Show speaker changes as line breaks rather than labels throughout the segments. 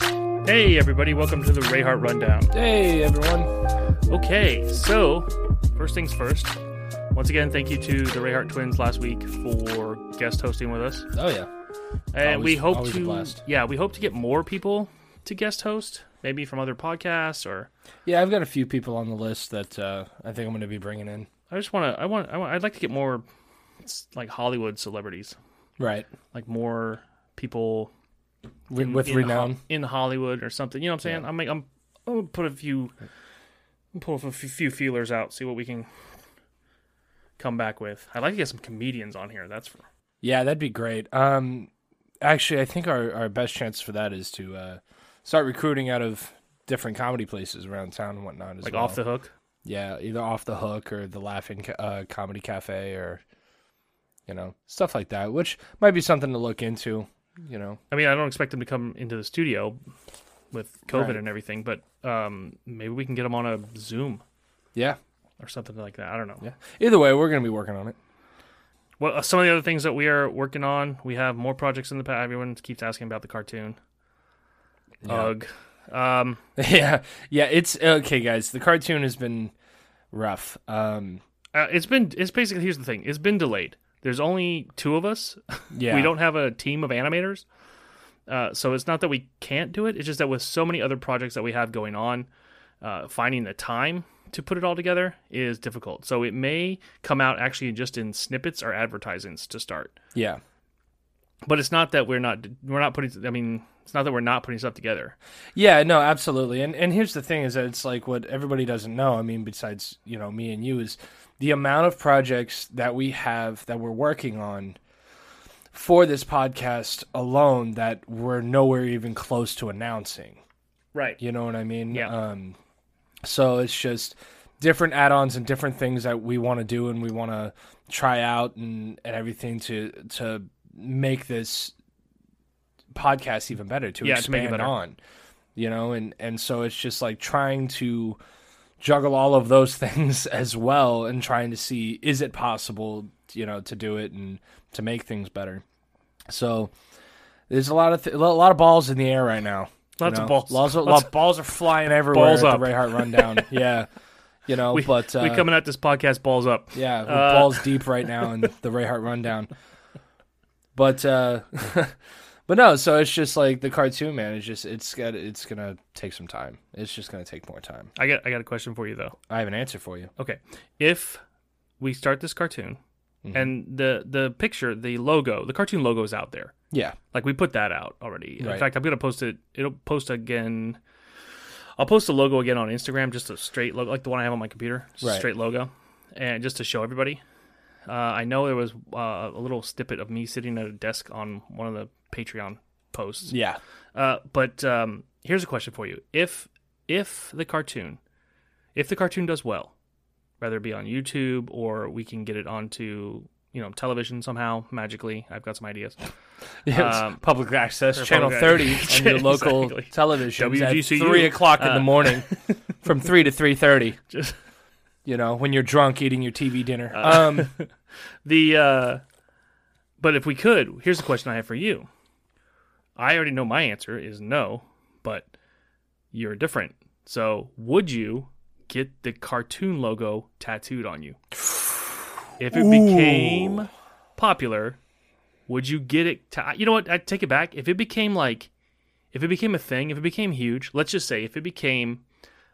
Hey, everybody, welcome to the Rayhart Rundown.
Hey everyone.
Okay, so first things first. Once again, thank you to the Rayhart twins last week for guest hosting with us,
Oh yeah.
and we
Always-
hope
always a
to
blast.
yeah, we hope to get more people to guest host, maybe from other podcasts or
Yeah, I've got a few people on the list that uh, I think I'm going to be bringing in.
I just want to I want I want, I'd like to get more s- like Hollywood celebrities,
Right.
like more people
With,
in-
with
in,
renown.
Ho- in Hollywood or something. You know what I'm saying? I'm like, I'm I'm gonna put a few pull a f- few feelers out, see what we can come back with. I'd like to get some comedians on here. That's for
Yeah, that'd be great. Um, actually, I think our, our best chance for that is to uh, start recruiting out of different comedy places around town and whatnot. As
like
well.
off the hook.
yeah, either off the hook or the Laughing Ca- uh, Comedy Cafe or you know stuff like that, which might be something to look into. You know,
I mean, I don't expect them to come into the studio with COVID
Right.
and everything, but um, maybe we can get them on a Zoom
yeah,
or something like that. I don't know.
yeah. Either way, we're gonna be working on it.
Well, uh, some of the other things that we are working on, we have more projects in the past. Everyone keeps asking about the cartoon. Ugh. Um,
yeah yeah it's okay guys the cartoon has been rough um
Uh, it's been it's basically here's the thing. It's been delayed. There's only two of us.
yeah
We don't have a team of animators. Uh, so it's not that we can't do it. It's just that with so many other projects that we have going on, uh, finding the time to put it all together is difficult. So it may come out actually just in snippets or advertisements to start.
yeah
But it's not that we're not we're not putting. I mean, it's not that we're not putting stuff together.
yeah no absolutely and and here's the thing is that it's like what everybody doesn't know i mean besides you know me and you is the amount of projects that we have that we're working on for this podcast alone that we're nowhere even close to announcing
Right.
You know what I mean?
Yeah.
Um, so it's just different add-ons and different things that we want to do and we want to try out and, and everything to to make this podcast even better to
Yeah, to
expand
make it better.
on. You know, and and so it's just like trying to juggle all of those things as well and trying to see is it possible you know to do it and to make things better. So there's a lot of th- a lot of balls in the air right now. you
Lots of
know?
balls.
Lots of,
Lots
lo- balls are flying everywhere
Balls
at
up.
the Rayhart rundown. yeah, you know,
We,
but uh,
we coming at this podcast balls up.
yeah, we're
uh,
balls deep right now in the Rayhart rundown. But uh, but no, so it's just like the cartoon man. It's just it's got it's gonna take some time. It's just gonna take more time.
I got I got a question for you though.
I have an answer for you.
Okay. If we start this cartoon
Mm-hmm.
and the the picture, the logo, the cartoon logo is out there.
Yeah,
Like we put that out already. In
Right.
fact, I'm going to post it it'll post again I'll post the logo again on Instagram, just a straight logo, like the one I have on my computer, just a
Right.
straight logo, and just to show everybody. Uh, I know there was uh, a little snippet of me sitting at a desk on one of the Patreon posts.
yeah,
Uh, but um, here's a question for you: If if the cartoon, if the cartoon does well, whether it be on YouTube or we can get it onto you know television somehow magically, I've got some ideas.
Yes,
Um,
public access
public
Uh, channel
ac-
thirty on your local
Exactly.
television
WGCU.
at three o'clock in
Uh,
the morning, from three to three thirty.
Just
You know, when you're drunk eating your TV dinner.
Uh,
um,
the uh, but if we could, here's a question I have for you. I already know my answer is no, but you're different. So would you get the cartoon logo tattooed on you? If it became popular, would you get it? Ta- you know what? I take it back. If it became like, if it became a thing, if it became huge, let's just say if it became,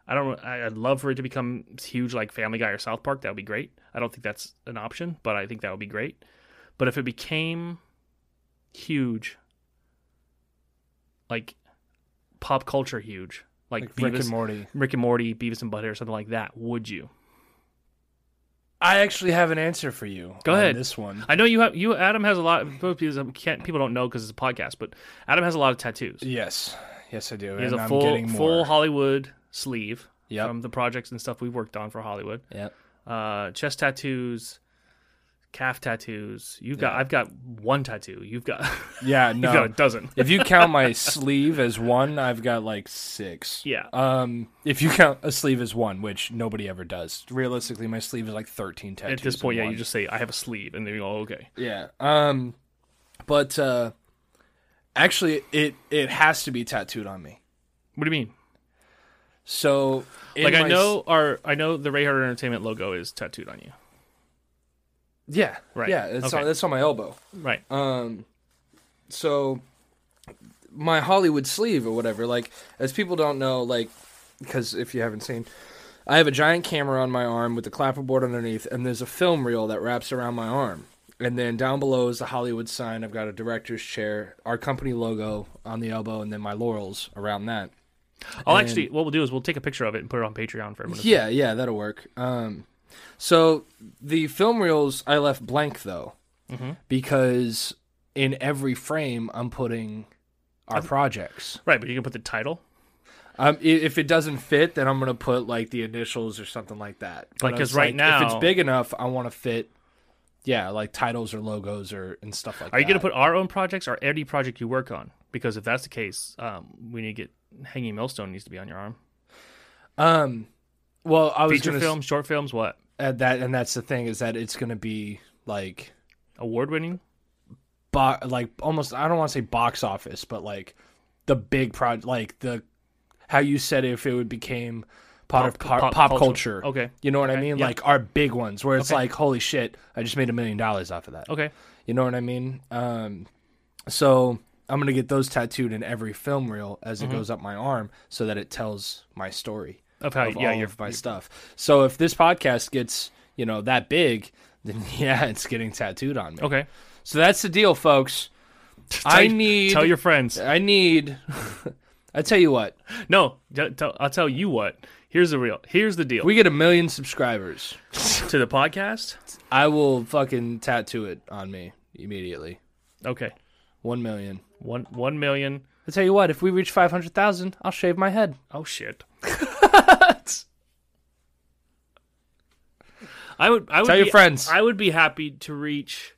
I don't. know, I- I'd love for it to become huge, like Family Guy or South Park. That would be great. I don't think that's an option, but I think that would be great. But if it became huge, like pop culture huge, like,
like Rick
Beavis-
and Morty.
Rick and Morty, Beavis and Butthead, or something like that, would you?
I actually have an answer for you.
Go
on
ahead.
This one.
I know you have you. Adam has a lot. Both people can't people don't know because it's a podcast, but Adam has a lot of tattoos.
Yes. Yes, I do.
He has
and
a
I'm
full
getting
full
more.
Hollywood sleeve
Yep.
from the projects and stuff we worked on for Hollywood.
Yep.
Uh, chest tattoos, calf tattoos. You've got. I've got one tattoo. You've got.
Yeah.
you've got a
No.
dozen.
if you count my sleeve as one, I've got like six.
Yeah.
Um, if you count a sleeve as one, which nobody ever does, realistically, my sleeve is like thirteen tattoos.
At this point,
in
yeah,
one.
you just say I have a sleeve, and then you go, oh, okay.
Yeah. Um but uh actually it it has to be tattooed on me.
What do you mean?
So, in
like
my
I
s-
know our I know the Ray Harder Entertainment logo is tattooed on you.
yeah,
Right.
yeah, it's
Okay.
on, it's on my elbow.
Right.
Um, so my Hollywood sleeve or whatever, like as people don't know, like because if you haven't seen, I have a giant camera on my arm with a clapperboard underneath, and there's a film reel that wraps around my arm. And then down below is the Hollywood sign. I've got a director's chair, our company logo on the elbow, and then my laurels around that.
I'll
and-
actually what we'll do is we'll take a picture of it and put it on Patreon for everyone. to see.
Yeah, yeah, that'll work. Um, so the film reels I left blank though, Mm-hmm. because in every frame I'm putting our projects.
Right, but you can put the title.
Um, i- if it doesn't fit, then I'm gonna put like the initials or something like that. But
Like,
I
'cause
was
right
if it's
now-
big enough, I want to fit. Yeah, like titles or logos or and stuff like that.
Are you going to put our own projects or any project you work on? Because if that's the case, um, we need to get Hanging Millstone needs to be on your arm.
um? Well, I was
Feature
gonna s-
films, short films, what?
uh, that, and that's the thing is that it's gonna be like
Award winning?
bo- like almost I don't want to say box office, but like the big pro like the how you said if it would became part of pop, pop, culture.
Okay.
You know what I mean?
yeah.
Like our big ones where it's
Okay.
like holy shit, I just made a million dollars off of that.
Okay.
You know what I mean? Um so I'm going to get those tattooed in every film reel as it goes up my arm so that it tells my story
Mm-hmm. Of how,
of
yeah,
all
you're,
of my stuff. So if this podcast gets, you know, that big, then yeah, it's getting tattooed on me.
okay.
So that's the deal, folks. I need.
Tell your friends.
I need. I tell you what,
No, t- tell, I'll tell you what. Here's the real. Here's the deal.
we get a million subscribers.
to the podcast?
I will fucking tattoo it on me immediately.
Okay.
One million.
One, one million.
I tell you what, if we reach five hundred thousand, I'll shave my head.
Oh shit. I would I would
Tell your
be-
friends.
I would be happy to reach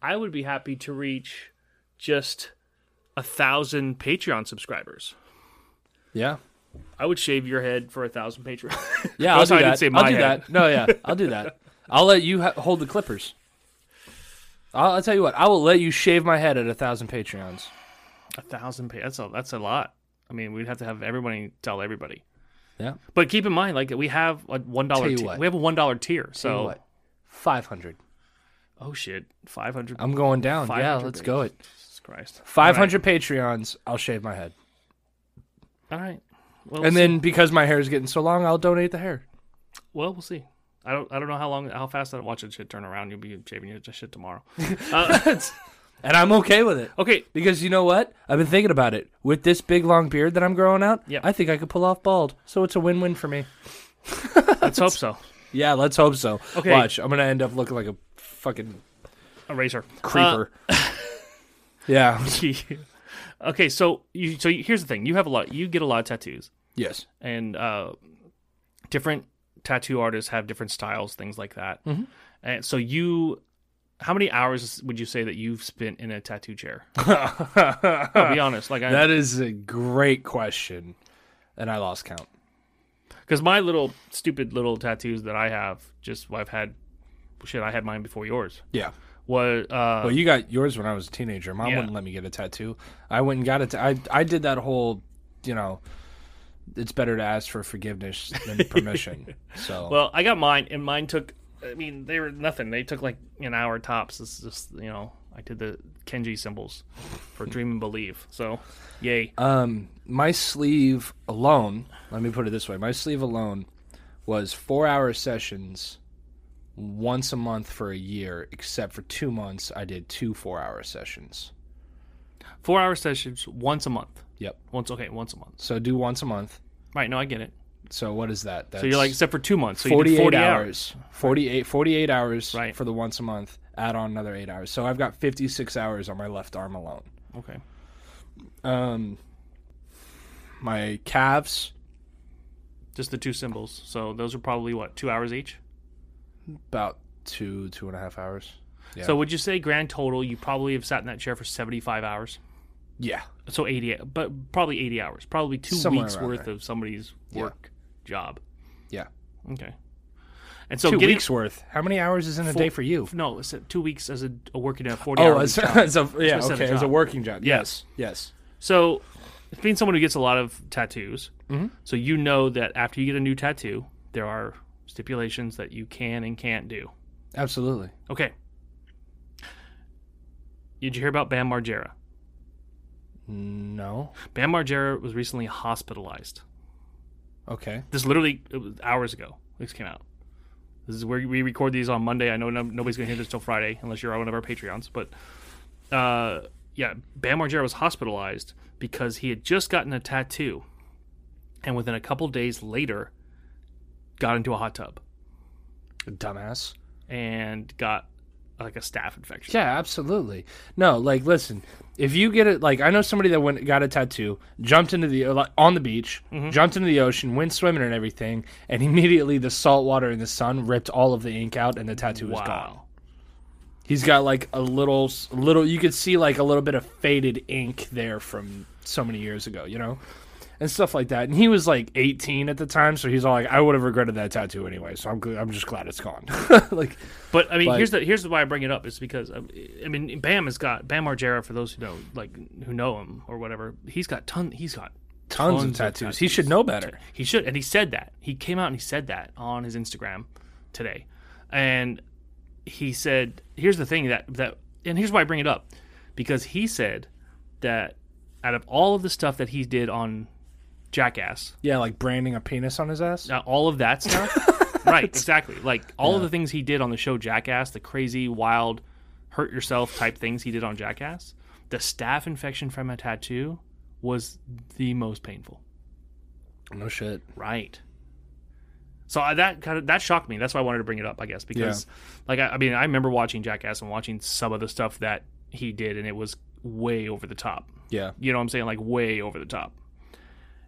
I would be happy to reach just a thousand Patreon subscribers.
Yeah.
I would shave your head for a thousand Patreon.
Yeah, I'll
Also,
do
I
that.
didn't say
I'll
my
do
head.
that. No, yeah, I'll do that. I'll let you ha- hold the clippers. I'll, I'll tell you what. I will let you shave my head at a thousand patreons.
a thousand pa- that's a that's a lot. I mean, we'd have to have everybody tell everybody.
Yeah.
But keep in mind, like we have a one
Tell
dollar.
you
Tier.
what.
We have a one dollar tier. So
what? Five hundred.
oh shit, five hundred.
I'm going down. Yeah,
500
let's go it.
Jesus Christ.
Five hundred patreons. I'll shave my head.
All right. Well,
And then because my hair is getting so long, I'll donate the hair.
Well, we'll see. I don't. I don't know how long, how fast I watch that shit turn around. You'll be shaving your shit tomorrow.
And I'm okay with it.
Okay.
Because you know what? I've been thinking about it. With this big long beard that I'm growing out,
Yeah.
I think I could pull off bald. So it's a win win for me.
Let's hope so.
Yeah, let's hope so.
Okay.
Watch, I'm going to end up looking like a fucking
Eraser.
creeper. yeah.
Uh, okay. So you. So you, here's the thing. You have a lot. You get a lot of tattoos,
Yes.
and uh, different tattoo artists have different styles, things like that. And so you. How many hours would you say that you've spent in a tattoo chair? I'll be honest, like I,
That is a great question. And I lost count.
because my little stupid little tattoos that I have, just I've had, shit, I had mine before yours.
Yeah.
Was uh,
Well, you got yours when I was a teenager. Mom
Yeah.
wouldn't let me get a tattoo. I went and got it. I I did that whole, you know, it's better to ask for forgiveness than permission. so
Well, I got mine, and mine took. I mean, they were nothing. They took like an hour tops. It's just you know, I did the Kenji symbols for Dream and Believe. So, yay!
um, my sleeve alone. Let me put it this way: my sleeve alone was four hour sessions, once a month for a year. Except for two months, I did two four hour sessions.
Four hour sessions once a month.
Yep.
Once okay, once a month.
So do once a month.
Right? No, I get it.
So what is that? That's
So you're like except for two months. So you did
48
forty hours.
hours. 48, 48 hours
Right.
for the once a month. Add on another eight hours. So I've got 56 hours on my left arm alone.
Okay.
Um, my calves,
Just the two symbols. So those are probably what two hours each.
about two, two and a half hours. Yeah.
So would you say grand total? You probably have sat in that chair for seventy five hours.
Yeah.
So eighty, but probably eighty hours. Probably two
Somewhere
weeks
around
worth
there.
of somebody's work job.
Yeah.
Okay. And so
Two
getting
weeks worth. How many hours is in a
Four-
day for you?
No, it's, uh, two weeks as a, a working a forty
Oh,
hour
as,
job.
as a, yeah,
Just as a
okay, as a
job.
working job.
Yes.
Yes.
So it's being someone who gets a lot of tattoos.
Mhm.
So you know that after you get a new tattoo, there are stipulations that you can and can't do.
Absolutely.
Okay. Did you hear about Bam Margera?
No.
Bam Margera was recently hospitalized.
Okay.
This literally it was hours ago. This came out. This is where we record these on Monday. I know no, nobody's going to hear this till Friday unless you're on one of our Patreons. But uh, yeah, Bam Margera was hospitalized because he had just gotten a tattoo, and within a couple days later, got into a hot tub
Dumbass.
and got like a staph infection.
Yeah, absolutely. No, like listen, if you get it, like I know somebody that went got a tattoo, jumped into the uh, like, on the beach, jumped into the ocean, went swimming and everything, and immediately the salt water and the sun ripped all of the ink out, and the tattoo was gone.
Wow.
He's got like a little, s- little. You could see like a little bit of faded ink there from so many years ago, you know, and stuff like that. And he was like 18 at the time, so he's all like, "I would have regretted that tattoo anyway." So I'm, gl- I'm just glad it's gone. like,
But I mean,
Like-
here's the here's why I bring it up. It's because um, I mean, Bam has got Bam Margera. For those who know, like who know him or whatever, he's got ton. He's got
tons,
Tons
of
of
tattoos. He should know better.
he should, and he said that he came out and he said that on his Instagram today, and he said, "Here's the thing that that, and here's why I bring it up, because he said that out of all of the stuff that he did on Jackass,
Yeah, like branding a penis on his ass.
now, all of that stuff. right, exactly. Like all of the things he did on the show Jackass, the crazy, wild, hurt yourself type things he did on Jackass, the staph infection from a tattoo was the most painful.
No shit.
Right. So I, that kind of that shocked me. That's why I wanted to bring it up, I guess, because like I, I mean, I remember watching Jackass and watching some of the stuff that he did, and it was way over the top.
Yeah.
You know what I'm saying? Like way over the top.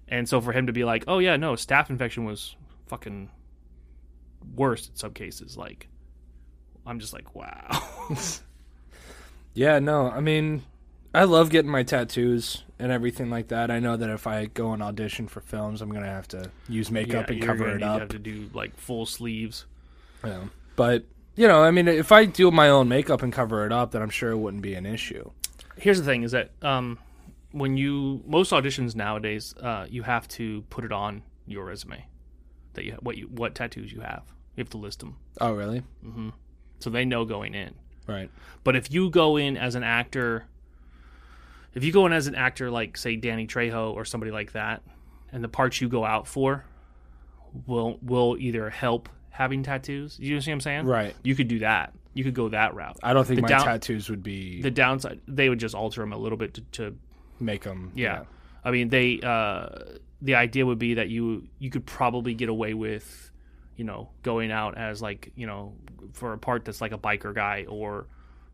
And so for him to be like, "Oh yeah, no, staph infection was fucking worse in some cases." Like I'm just like, "Wow."
Yeah, no, I mean, I love getting my tattoos and everything like that. I know that if I go and audition for films, I'm gonna have to use makeup and
you're
cover
gonna
it
need to
up.
Have to do like full sleeves.
Yeah. But you know, I mean, if I do my own makeup and cover it up, then I'm sure it wouldn't be an issue.
Here's the thing: is that um, when you most auditions nowadays, uh, you have to put it on your resume that you what you what tattoos you have. You have to list them
Oh, really?
so they know going in.
Right.
But if you go in as an actor, if you go in as an actor like say Danny Trejo or somebody like that, and the parts you go out for will will either help having tattoos. You see what I'm saying?
Right.
You could do that. You could go that route.
I don't think
The
my
down-
tattoos would be
The downside, they would just alter them a little bit to, to
make them.
yeah. I mean, they uh, the idea would be that you you could probably get away with, you know, going out as like you know for a part that's like a biker guy or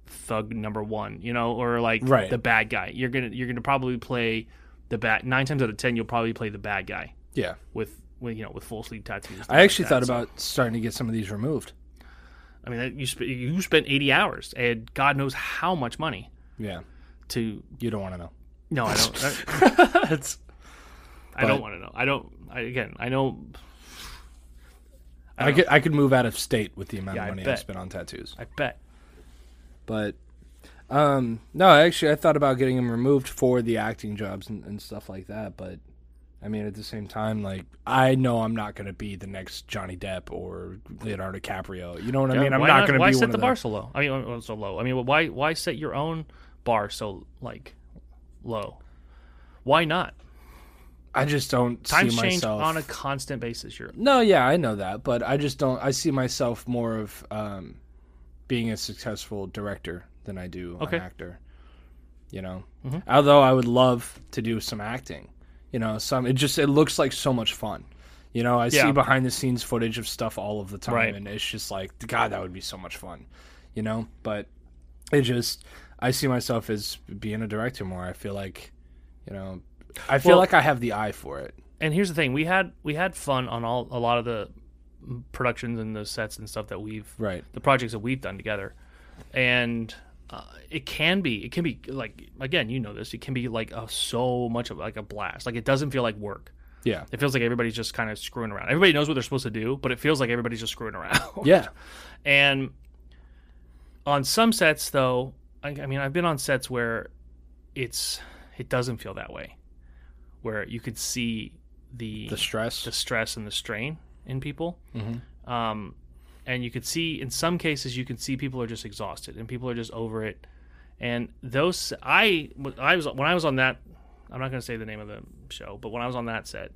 thug number one, you know, or like
Right.
the bad guy. You're gonna you're gonna probably play the bad nine times out of ten. You'll probably play the bad guy
Yeah.
with. With, you know, with full sleeve tattoos. things
I actually
like
thought
that. So,
about starting to get some of these removed.
I mean, that- you sp- you spent eighty hours and God knows how much money
Yeah.
to.
You don't want to know.
No, I don't. I-
It's
I don't
But-
want to know. I don't. I, again, I know
I, could I could move out of state with the amount
Yeah, I
of money I
bet.
spent on tattoos.
I bet.
But um no, actually I thought about getting them removed for the acting jobs and, and stuff like that, but I mean at the same time like I know I'm not going to be the next Johnny Depp or Leonardo DiCaprio. You know what I mean? I'm
why
not, going to be
Why
one
set
of
the
the-
bar so low? I mean, uh, so low. I mean, why why set your own bar so like low? Why not?
I just don't
Times
see
change
myself
on a constant basis. You're
No, yeah, I know that, but I just don't I see myself more of um being a successful director than I do
Okay. Mm-hmm.
an actor. You know. Although I would love to do some acting. You know, some it just it looks like so much fun. You know, I see
Yeah.
behind the scenes footage of stuff all of the time
Right.
and it's just like god that would be so much fun. You know, but it just I see myself as being a director more. I feel like, you know, I feel
Well-
like I have the eye for it.
and here's the thing: we had we had fun on all a lot of the productions and the sets and stuff that we've
Right.
the projects that we've done together, and. Uh, it can be it can be like again you know this it can be like a, so much of like a blast like it doesn't feel like work
Yeah.
it feels like everybody's just kind of screwing around everybody knows what they're supposed to do but it feels like everybody's just screwing around
Yeah.
And on some sets, though, I, I mean, I've been on sets where it's it doesn't feel that way, where you could see the
The stress. Mm-hmm.
the stress and the strain in people. Um, and you could see in some cases you can see people are just exhausted and people are just over it. And those I I was when I was on that I'm not going to say the name of the show, but when I was on that set,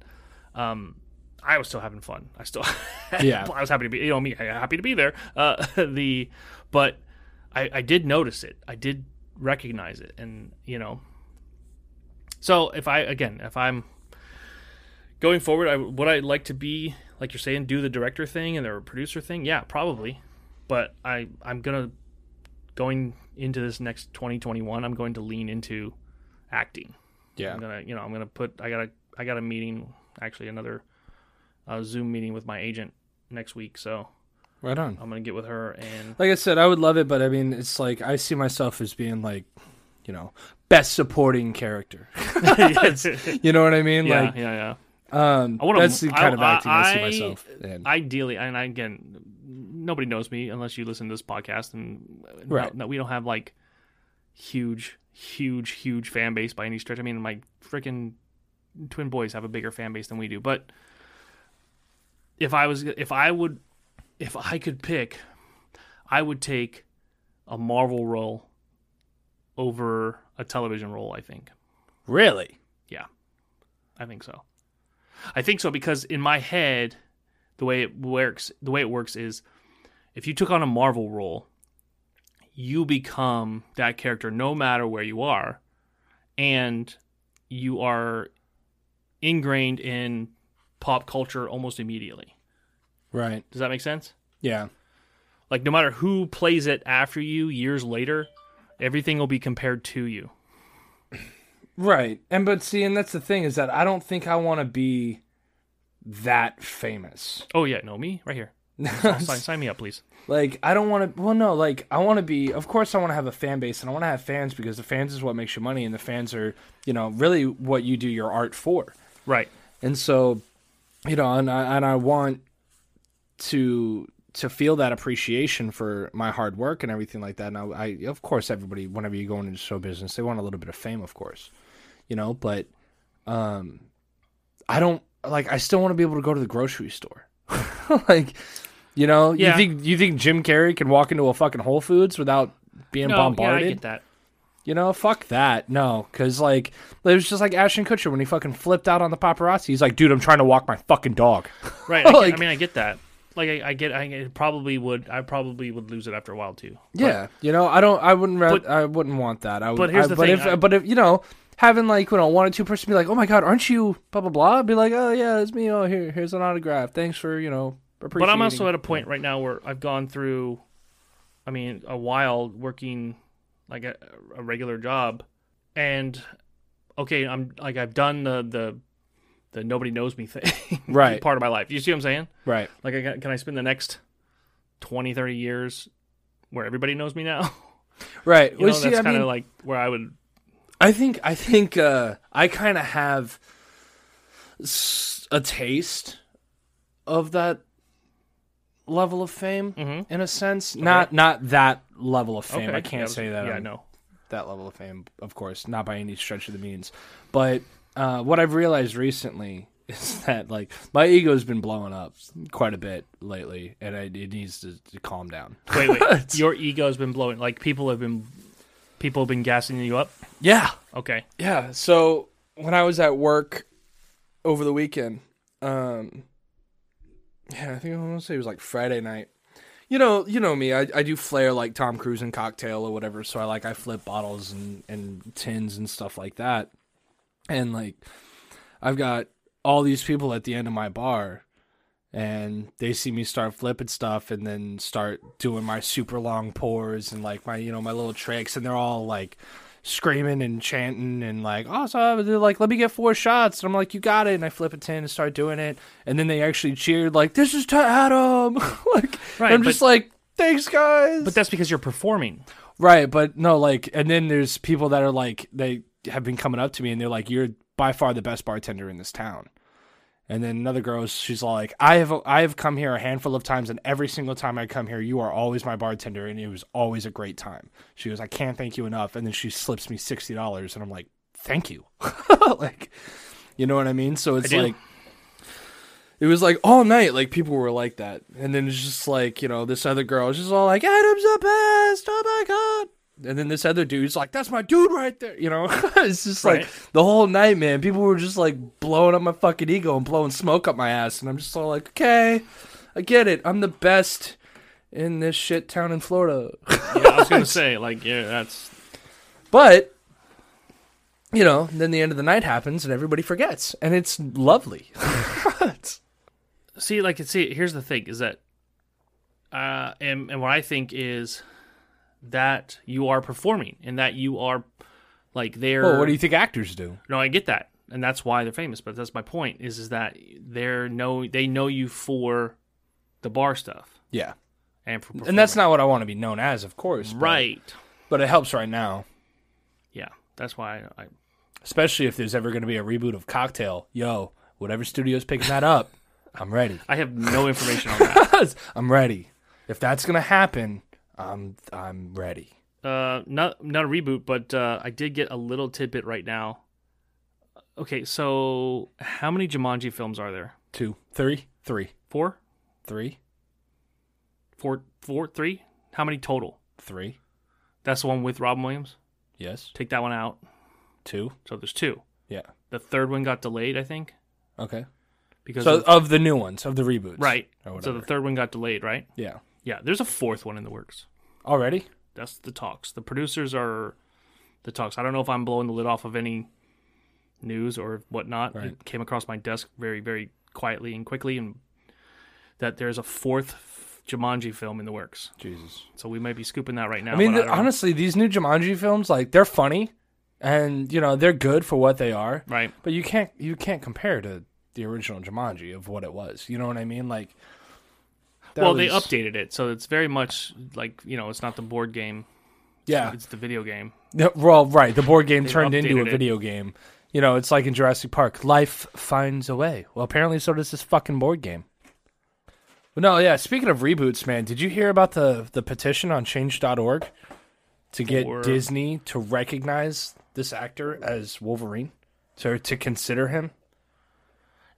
um, I was still having fun. I still
Yeah.
I was happy to be you know me happy to be there. Uh, the but I, I did notice it. I did recognize it, and you know. So if I again, if I'm going forward, I would I like to be like you're saying, do the director thing and the producer thing. Yeah, probably, but I I'm gonna going into this next 2021. I'm going to lean into acting.
yeah.
I'm gonna you know I'm gonna put I got to I got a meeting actually another uh, Zoom meeting with my agent next week. So
Right on.
I'm gonna get with her and
Um, Like I said, I would love it, but I mean, it's like I see myself as being like, you know, best supporting character.
yeah
You know what I mean?
yeah
Like,
yeah.
um,
I wanna-
that's the kind of
I-
acting I, see
I-
myself in.
ideally and I, again nobody knows me unless you listen to this podcast and no-
Right.
no, we don't have like huge huge huge fan base by any stretch i mean my freaking twin boys have a bigger fan base than we do but if i was if i would if i could pick i would take a marvel role over a television role i think
really?
yeah, I think so. I think so because in my head, the way it works, the way it works is, if you took on a Marvel role, you become that character no matter where you are, and you are ingrained in pop culture almost immediately.
Right.
Does that make sense?
Yeah.
Like no matter who plays it after you, years later, everything will be compared to you.
Right. And but see, and that's the thing is that I don't think I want to be that famous.
Oh yeah, no me right here. Sign, sign me up, please.
like I don't want to well no, like I want to be of course I want to have a fan base and I want to have fans because the fans is what makes you money and the fans are, you know, really what you do your art for.
Right.
And so, you know, and I, and I want to to feel that appreciation for my hard work and everything like that. And I, I of course, everybody, whenever you go into show business, they want a little bit of fame, of course, you know. But um, I don't like. I still want to be able to go to the grocery store, like. You know,
Yeah.
you think you think Jim Carrey can walk into a fucking Whole Foods without being bombarded?
Yeah, I get that.
You know, fuck that. No, because like it was just like Ashton Kutcher when he fucking flipped out on the paparazzi. He's like, dude, I'm trying to walk my fucking dog.
Right. I, get-
Like-
I mean, I get that. Like, I, I get. I it probably would. I probably would lose it after a while too.
Yeah, you know, I don't, I wouldn't, ra-
But-
I wouldn't want that. I would,
but here's
I-
the
but
thing,
if,
I-
but if you know, having like you know one or two person be like, oh my god, aren't you blah blah blah? Be like, oh yeah, it's me. Oh here, here's an autograph. Thanks for you know.
But
appreciating-
I'm also at a point right now where I've gone through, I mean, a while working like a, a regular job, and okay, I'm like I've done the the the nobody knows me thing
Right.
part of my life. You see what I'm saying?
right.
Like, I, got- can I spend the next 20, 30 years where everybody knows me now?
Right.
You
Well,
know,
see,
that's
I
kind of
mean,
like where I would.
I think I think uh, I kind of have s- a taste of that level of fame in a sense. Not not that level of fame.
Mm-hmm. Okay,
I can't
was-
say that.
Yeah,
I'm
no.
That level of fame, of course, not by any stretch of the means. But uh, what I've realized recently is that like my ego's been blowing up quite a bit lately, and I, it needs to, to calm down.
Wait, wait. Your ego's been blowing. Like people have been, people have been gassing you up.
Yeah,
Okay.
Yeah. So when I was at work over the weekend, um, yeah, I think I want to say it was like Friday night. You know, you know me. I, I do flair like Tom Cruise and cocktail or whatever. So I like I flip bottles and and tins and stuff like that. And like I've got all these people at the end of my bar, and they see me start flipping stuff and then start doing my super long pours and like my you know my little tricks, and they're all like screaming and chanting and like "Oh, awesome they're like let me get four shots and i'm like you got it and i flip a tin and start doing it and then they actually cheered like this is to adam like
Right,
i'm just
but-
like thanks guys
But that's because you're performing.
right but no like and then there's people that are like they have been coming up to me and they're like you're by far the best bartender in this town and then another girl she's all like i have i have come here a handful of times and every single time i come here you are always my bartender and it was always a great time she goes i can't thank you enough and then she slips me $60 and i'm like thank you like You know what I mean? So it's
do.
like it was like all night, like people were like that, and then it's just like you know this other girl is just all like Adam's the best. Oh my god! And then this other dude's like, that's my dude right there. You know, it's just
Right.
like the whole night, man. People were just like blowing up my fucking ego and blowing smoke up my ass, and I'm just all like, okay, I get it. I'm the best in this shit town in Florida.
Yeah, I was gonna say like yeah, that's
But you know, then the end of the night happens and everybody forgets, and it's lovely. It's-
see like see here's the thing is that uh and and what i think is that you are performing and that you are like they're
well, what do you think actors do?
no i get that and that's why they're famous but that's my point is is that they're no they know you for the bar stuff
Yeah,
and for
and that's not what I want to be known as, of course. but-
right
but it helps right now,
yeah that's why i
especially if there's ever going to be a reboot of Cocktail. Yo, whatever studio's picking that up, I'm ready.
i have no information on that
I'm ready. If that's going to happen, I'm I'm ready.
uh not not a reboot but uh i did get a little tidbit right now okay so how many jumanji films are there
Two, three, three,
four
three,
four, four, three. How many total?
three.
That's the one with Robin Williams.
Yes,
Take that one out.
two.
So there's two.
Yeah.
The third one got delayed, I think,
Okay.
because
So
of-
of the new ones, of the reboots,
right.
Or
So
whatever.
the third one got delayed, right?
yeah.
Yeah. There's a fourth one in the works.
Already?
That's the talks. The producers are the talks. I don't know if I'm blowing the lid off of any news or whatnot. It
Right.
came across my desk very, very quietly and quickly, and that there's a fourth Jumanji film in the works.
Jesus.
So we may be scooping that right now.
I
but
mean, the-
don't know.
honestly, these new Jumanji films, like they're funny, and you know they're good for what they are.
right?
But you can't you can't compare to the original Jumanji of what it was. You know what I mean? Like, that
well, they
was-
updated it, so it's very much like you know, it's not the board game;
Yeah.
it's the video game.
No, Well, right. The board game turned into a
updated it.
video game. You know, it's like in Jurassic Park. Life finds a way. Well, apparently, so does this fucking board game. But no, yeah. Speaking of reboots, man, did you hear about the the petition on Change.org to get
For-
Disney to recognize this actor as Wolverine, to to consider him?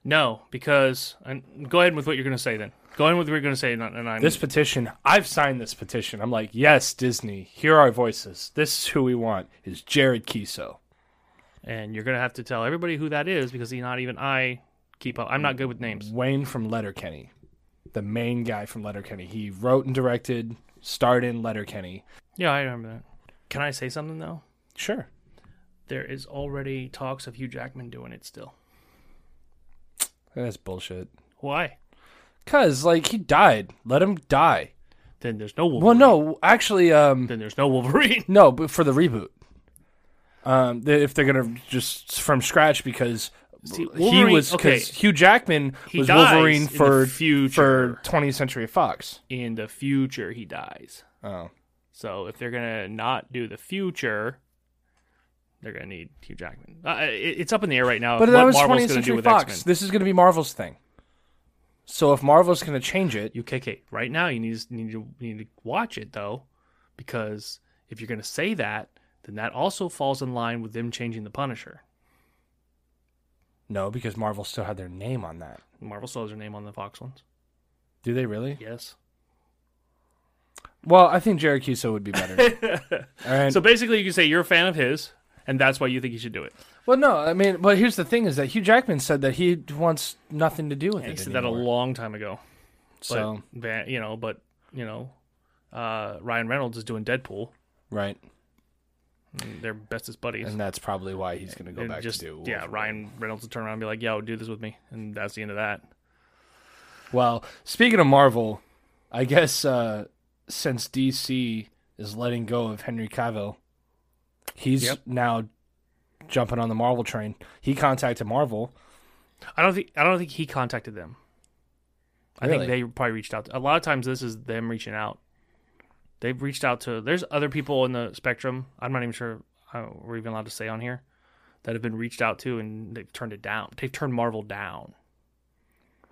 No, because and go ahead with what you're going to say then. Go ahead with what you're going to say, and, and I'm
This petition, I've signed this petition. I'm like, yes, Disney, hear our voices. This is who we want. Is Jared Kiso.
and you're going to have to tell everybody who that is because he, not even I keep up. I'm not good with names.
Wayne from Letterkenny, the main guy from Letterkenny. He wrote and directed, starred in Letterkenny.
Yeah, I remember that. Can I say something though?
Sure.
There is already talks of Hugh Jackman doing it still.
That's bullshit.
Why?
Cause like he died. Let him die.
Then there's no Wolverine.
Well, no, actually, um,
Then there's no Wolverine.
no, but for the reboot, um, th- if they're gonna just from scratch because
See,
he
Wolverine-
was
okay.
because Hugh Jackman
He
was
dies
Wolverine
in the
for
future.
for 20th Century Fox.
In the future, he dies.
Oh,
So if they're gonna not do the future, they're gonna need Hugh Jackman. Uh, it, it's up in the air right now.
but
what
that was
Marvel's
20th
gonna do
Century
with
Fox.
X-Men.
This is gonna be Marvel's thing. So if Marvel's gonna change it,
UKK. Right now, you need you need to you need to watch it though, because if you're gonna say that, then that also falls in line with them changing the Punisher.
No, because Marvel still had their name on that.
Marvel still has their name on the Fox ones.
Do they really?
Yes.
Well, I think Jared Cuso would be better. And-
so basically, you can say you're a fan of his, and that's why you think he should do it.
well, no, I mean, but here's the thing: is that Hugh Jackman said that he wants nothing to do with
And he
it.
said that a
anymore.
long time ago. But,
So
Van, you know, but you know, uh, Ryan Reynolds is doing Deadpool.
right,
They're bestest buddies.
and that's probably why he's going to go
And
back
just
to do.
yeah,
Wolverine.
Ryan Reynolds will turn around and be like, "Yo, do this with me," and that's the end of that.
Well, speaking of Marvel, I guess uh, since DC is letting go of Henry Cavill, he's
Yep.
now jumping on the Marvel train. He contacted Marvel.
I don't think I don't think he contacted them. I
Really?
think they probably reached out. To, a lot of times, this is them reaching out. They've reached out to. There's other people in the spectrum. I'm not even sure uh, we're even allowed to say on here that have been reached out to and they've turned it down. They've turned Marvel down.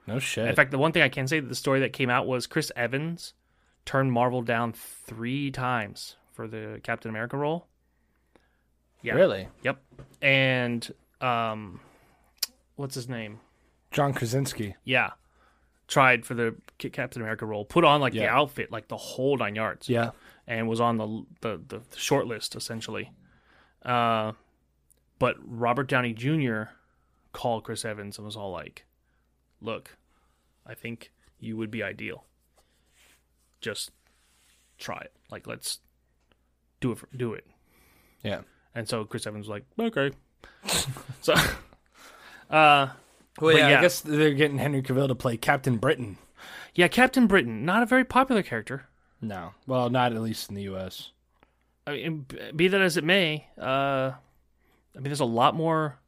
No shit.
In fact, the one thing I can say that the story that came out was Chris Evans turned Marvel down three times for the Captain America role. Yeah.
Really?
Yep. And um what's his name?
John Krasinski.
Yeah, tried for the K- Captain America role. Put on like the
Yeah.
outfit, like the whole nine yards,
Yeah.
and was on the the the short list essentially. Uh, but Robert Downey Jr. called Chris Evans and was all like, "Look, I think you would be ideal. Just try it. Like, let's do it. For, do it."
Yeah.
And so Chris Evans was like, "Okay." so, uh,
Well, yeah,
yeah.
I guess they're getting Henry Cavill to play Captain Britain.
yeah, Captain Britain, not a very popular character.
No. Well, not at least in the U.S.
I mean, b- be that as it may, uh, I mean, there's a lot more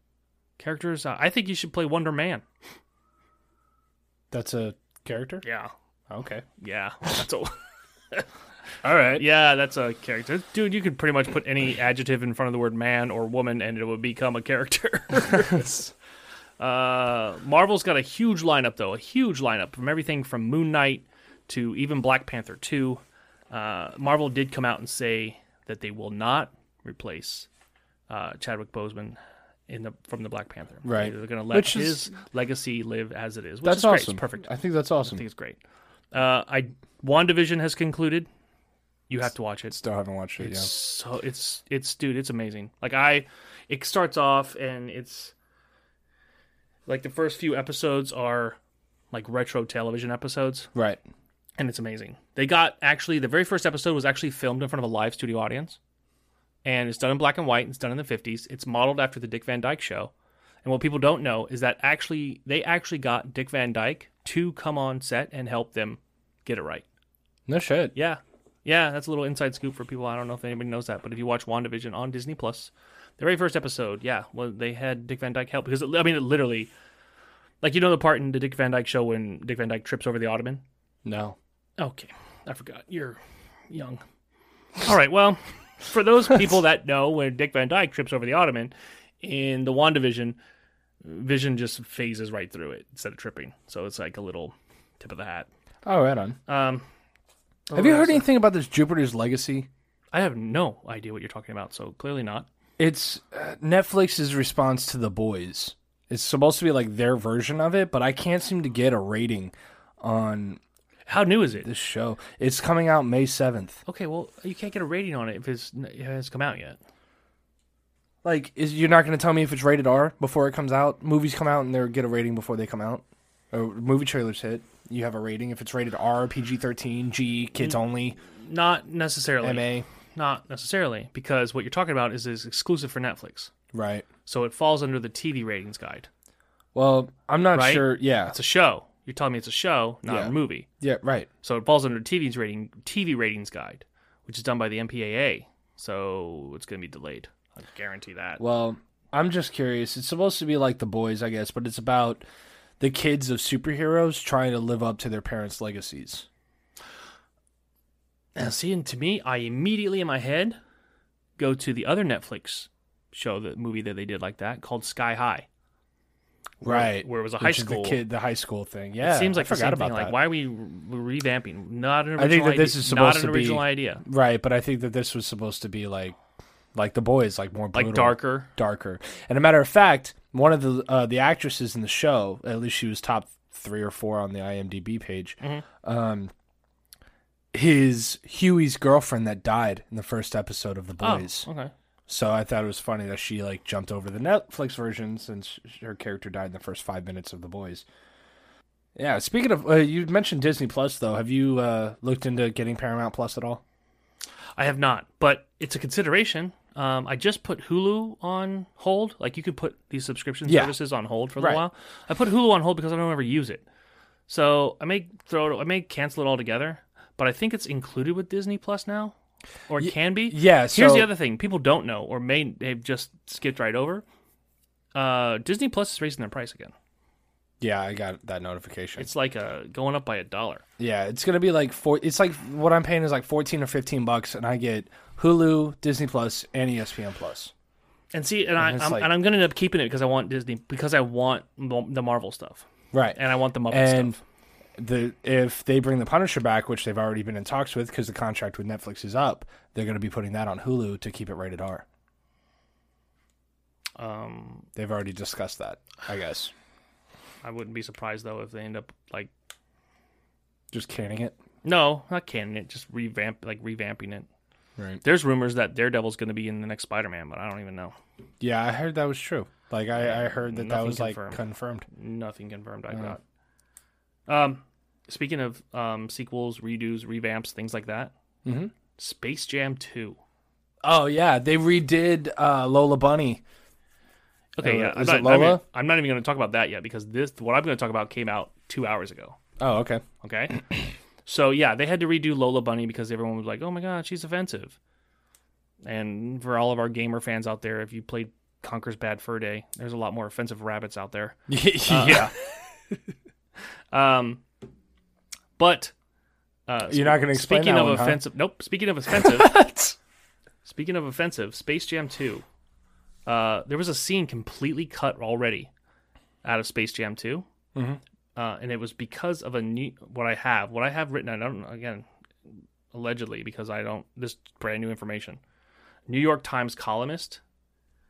characters. Uh, I think you should play Wonder Man.
That's a character?
Yeah,
Okay.
yeah, that's a,
All right.
yeah, that's a character, dude. You could pretty much put any adjective in front of the word man or woman, and it would become a character. uh, Marvel's got a huge lineup, though, a huge lineup from everything from Moon Knight to even Black Panther two. Uh, Marvel did come out and say that they will not replace uh, Chadwick Boseman in the from the Black Panther.
Right.
they're going to let
Which
his
is-
legacy live as it is. Which
That's
is great.
awesome.
It's perfect.
I think that's awesome.
I think it's great. Uh, I WandaVision has concluded. You have to watch it.
Still haven't watched it yet.
So it's it's dude, it's amazing. Like I, it starts off and it's like the first few episodes are like retro television episodes,
Right.
and it's amazing. They got actually the very first episode was actually filmed in front of a live studio audience, and it's done in black and white. And it's done in the fifties. It's modeled after the Dick Van Dyke Show, and what people don't know is that actually they actually got Dick Van Dyke to come on set and help them get it right.
No shit.
Yeah. Yeah, that's a little inside scoop for people. I don't know if anybody knows that, but if you watch WandaVision on Disney Plus, the very first episode, yeah, well, they had Dick Van Dyke help because it, I mean, it literally, like you know the part in the Dick Van Dyke show when Dick Van Dyke trips over the ottoman.
No.
Okay, I forgot. You're young. All right, well, for those people that know when Dick Van Dyke trips over the ottoman in the WandaVision, Vision just phases right through it instead of tripping. So it's like a little tip of the hat.
Oh, right on.
Um,
Have you heard anything about this Jupiter's Legacy?
I have no idea what you're talking about, so clearly not.
It's uh, Netflix's response to The Boys. It's supposed to be like their version of it, but I can't seem to get a rating on
How new is it?
this show. It's coming out May 7th.
Okay, well, you can't get a rating on it if it's it hasn't come out yet.
Like, is you're not going to tell me if it's rated R before it comes out? Movies come out and they get a rating before they come out. Or movie trailers hit, you have a rating. If it's rated R, PG thirteen, G, kids
Mm.
only,
Not necessarily.
MA,
Not necessarily, because what you're talking about is is exclusive for Netflix,
right?
so it falls under the TV ratings guide.
Well, I'm not
Right?
sure. Yeah,
It's a show. You're telling me it's a show, not
Yeah.
a movie.
yeah, right.
So it falls under TV's rating TV ratings guide, which is done by the MPAA. So it's going to be delayed. I guarantee that.
Well, I'm just curious. It's supposed to be like The Boys, I guess, but it's about the kids of superheroes trying to live up to their parents' legacies.
And see, and to me, I immediately in my head go to the other Netflix show, the movie that they did like that called Sky High.
Right.
where it was a
Which
high
is
school.
the kid, the high school thing. Yeah,
Seems like
I
the
forgot
same
about
thing.
that.
Like, why are we re- revamping? Not an original.
I think that this
idea-
is
not
supposed
an
to be
original idea.
Right, but I think that this was supposed to be like, like the boys, like more
Like
brutal,
darker.
darker. And a matter of fact, one of the uh, the actresses in the show, at least she was top three or four on the IMDb page.
Mm-hmm.
Um, his Huey's girlfriend that died in the first episode of the boys.
Oh, okay.
So I thought it was funny that she like jumped over the Netflix version since her character died in the first five minutes of The Boys. Yeah. Speaking of, uh, you mentioned Disney Plus though. Have you uh, looked into getting Paramount Plus at all?
I have not, but it's a consideration. Um, I just put Hulu on hold. Like you could put these subscription
Yeah.
services on hold for a
Right.
little while. I put Hulu on hold because I don't ever use it. So I may throw it. I may cancel it altogether. But I think it's included with Disney Plus now, or it can be.
yeah,
Here's the
so-
other thing: people don't know, or may have just skipped right over. Uh, Disney Plus is raising their price again.
Yeah, I got that notification.
It's like a going up by a dollar.
yeah, it's gonna be like four. It's like what I'm paying is like fourteen or fifteen bucks, and I get Hulu, Disney Plus, and E ESPN Plus.
And see, and, I,
it's
I'm,
like-
and I'm going to end up keeping it because I want Disney, because I want m- the Marvel stuff,
Right,
and I want the Muppet
and
stuff.
the if they bring the Punisher back, which they've already been in talks with because the contract with Netflix is up, they're gonna be putting that on Hulu to keep it rated R.
Um,
They've already discussed that, I guess.
I wouldn't be surprised though if they end up like
Just canning it.
no, not canning it, just revamp like revamping it.
Right.
There's rumors that Daredevil's going to be in the next Spider-Man, but I don't even know.
Yeah, I heard that was true. Like I, I heard that that
Nothing
was
confirmed.
like confirmed.
Nothing confirmed. I
Yeah.
got. Um, speaking of um sequels, redos, revamps, things like that.
Mhm.
Space Jam Two.
Oh yeah, they redid uh, Lola Bunny.
Okay,
Uh,
yeah, I'm
is
not,
it
I'm,
Lola?
I'm not even going to talk about that yet because this what I'm going to talk about came out two hours ago.
Oh okay.
Okay. so yeah, they had to redo Lola Bunny because everyone was like, "Oh my god, she's offensive." And for all of our gamer fans out there, if you played Conker's Bad Fur Day, there's a lot more offensive rabbits out there.
yeah,
Um, but uh,
You're not gonna explain
Speaking
that
of
one, huh?
offensive, nope. Speaking of offensive,
What?
speaking of offensive, Space Jam Two. Uh, there was a scene completely cut already out of Space Jam 2
Mhm.
uh, and it was because of a new what I have, what I have written. I don't again, allegedly because I don't. This is brand new information. New York Times columnist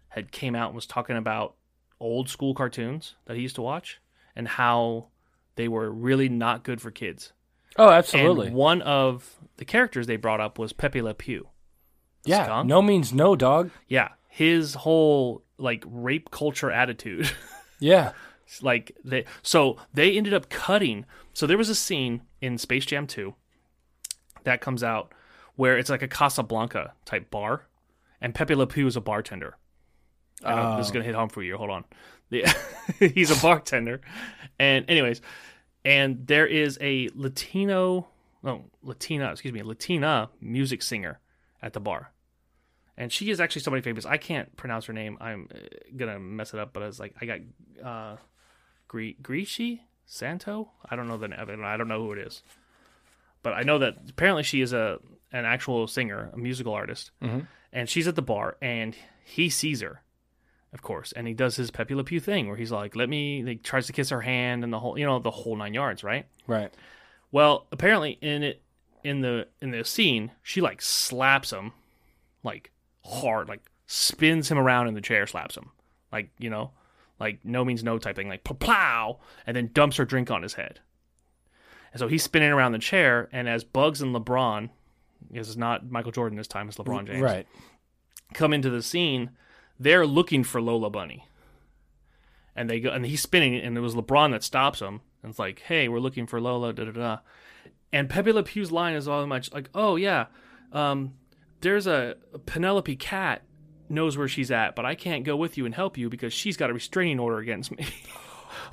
had came out and was talking about old school cartoons that he used to watch and how they were really not good for kids.
Oh, absolutely.
And one of the characters they brought up was Pepe Le Pew.
yeah,
skunk?
no means no, dog.
Yeah, his whole like rape culture attitude,
Yeah,
like they so they ended up cutting. So there was a scene in Space Jam 2 that comes out where it's like a Casablanca type bar, and Pepe Le Pew is a bartender. I know this is gonna hit home for you. Hold on, The- he's a bartender, and anyways, and there is a Latino, no Latina, excuse me, Latina music singer at the bar, and she is actually somebody famous. I can't pronounce her name. I'm uh, gonna mess it up, but I was like, I got uh, Gri- Grishi Santo. I don't know the name. I don't know who it is, but I know that apparently she is a an actual singer, a musical artist, and she's at the bar, and he sees her, of course, and he does his Pepe Le Pew thing where he's like, "Let me," like tries to kiss her hand and the whole, you know, the whole nine yards, right?
right.
Well, apparently in it in the in the scene, she like slaps him like hard, like spins him around in the chair, slaps him. Like, you know, like no means no type thing, like "Pow, plow, and then dumps her drink on his head. And so he's spinning around the chair, and as Bugs and LeBron, this is not Michael Jordan this time, it's LeBron James
Right.
come into the scene, they're looking for Lola Bunny. And they go and he's spinning and it was LeBron that stops him and it's like, hey, we're looking for Lola, da da da. And Pepe Le Pew's line is all much like, oh yeah, um, there's a Penelope cat knows where she's at, but I can't go with you and help you because she's got a restraining order against me.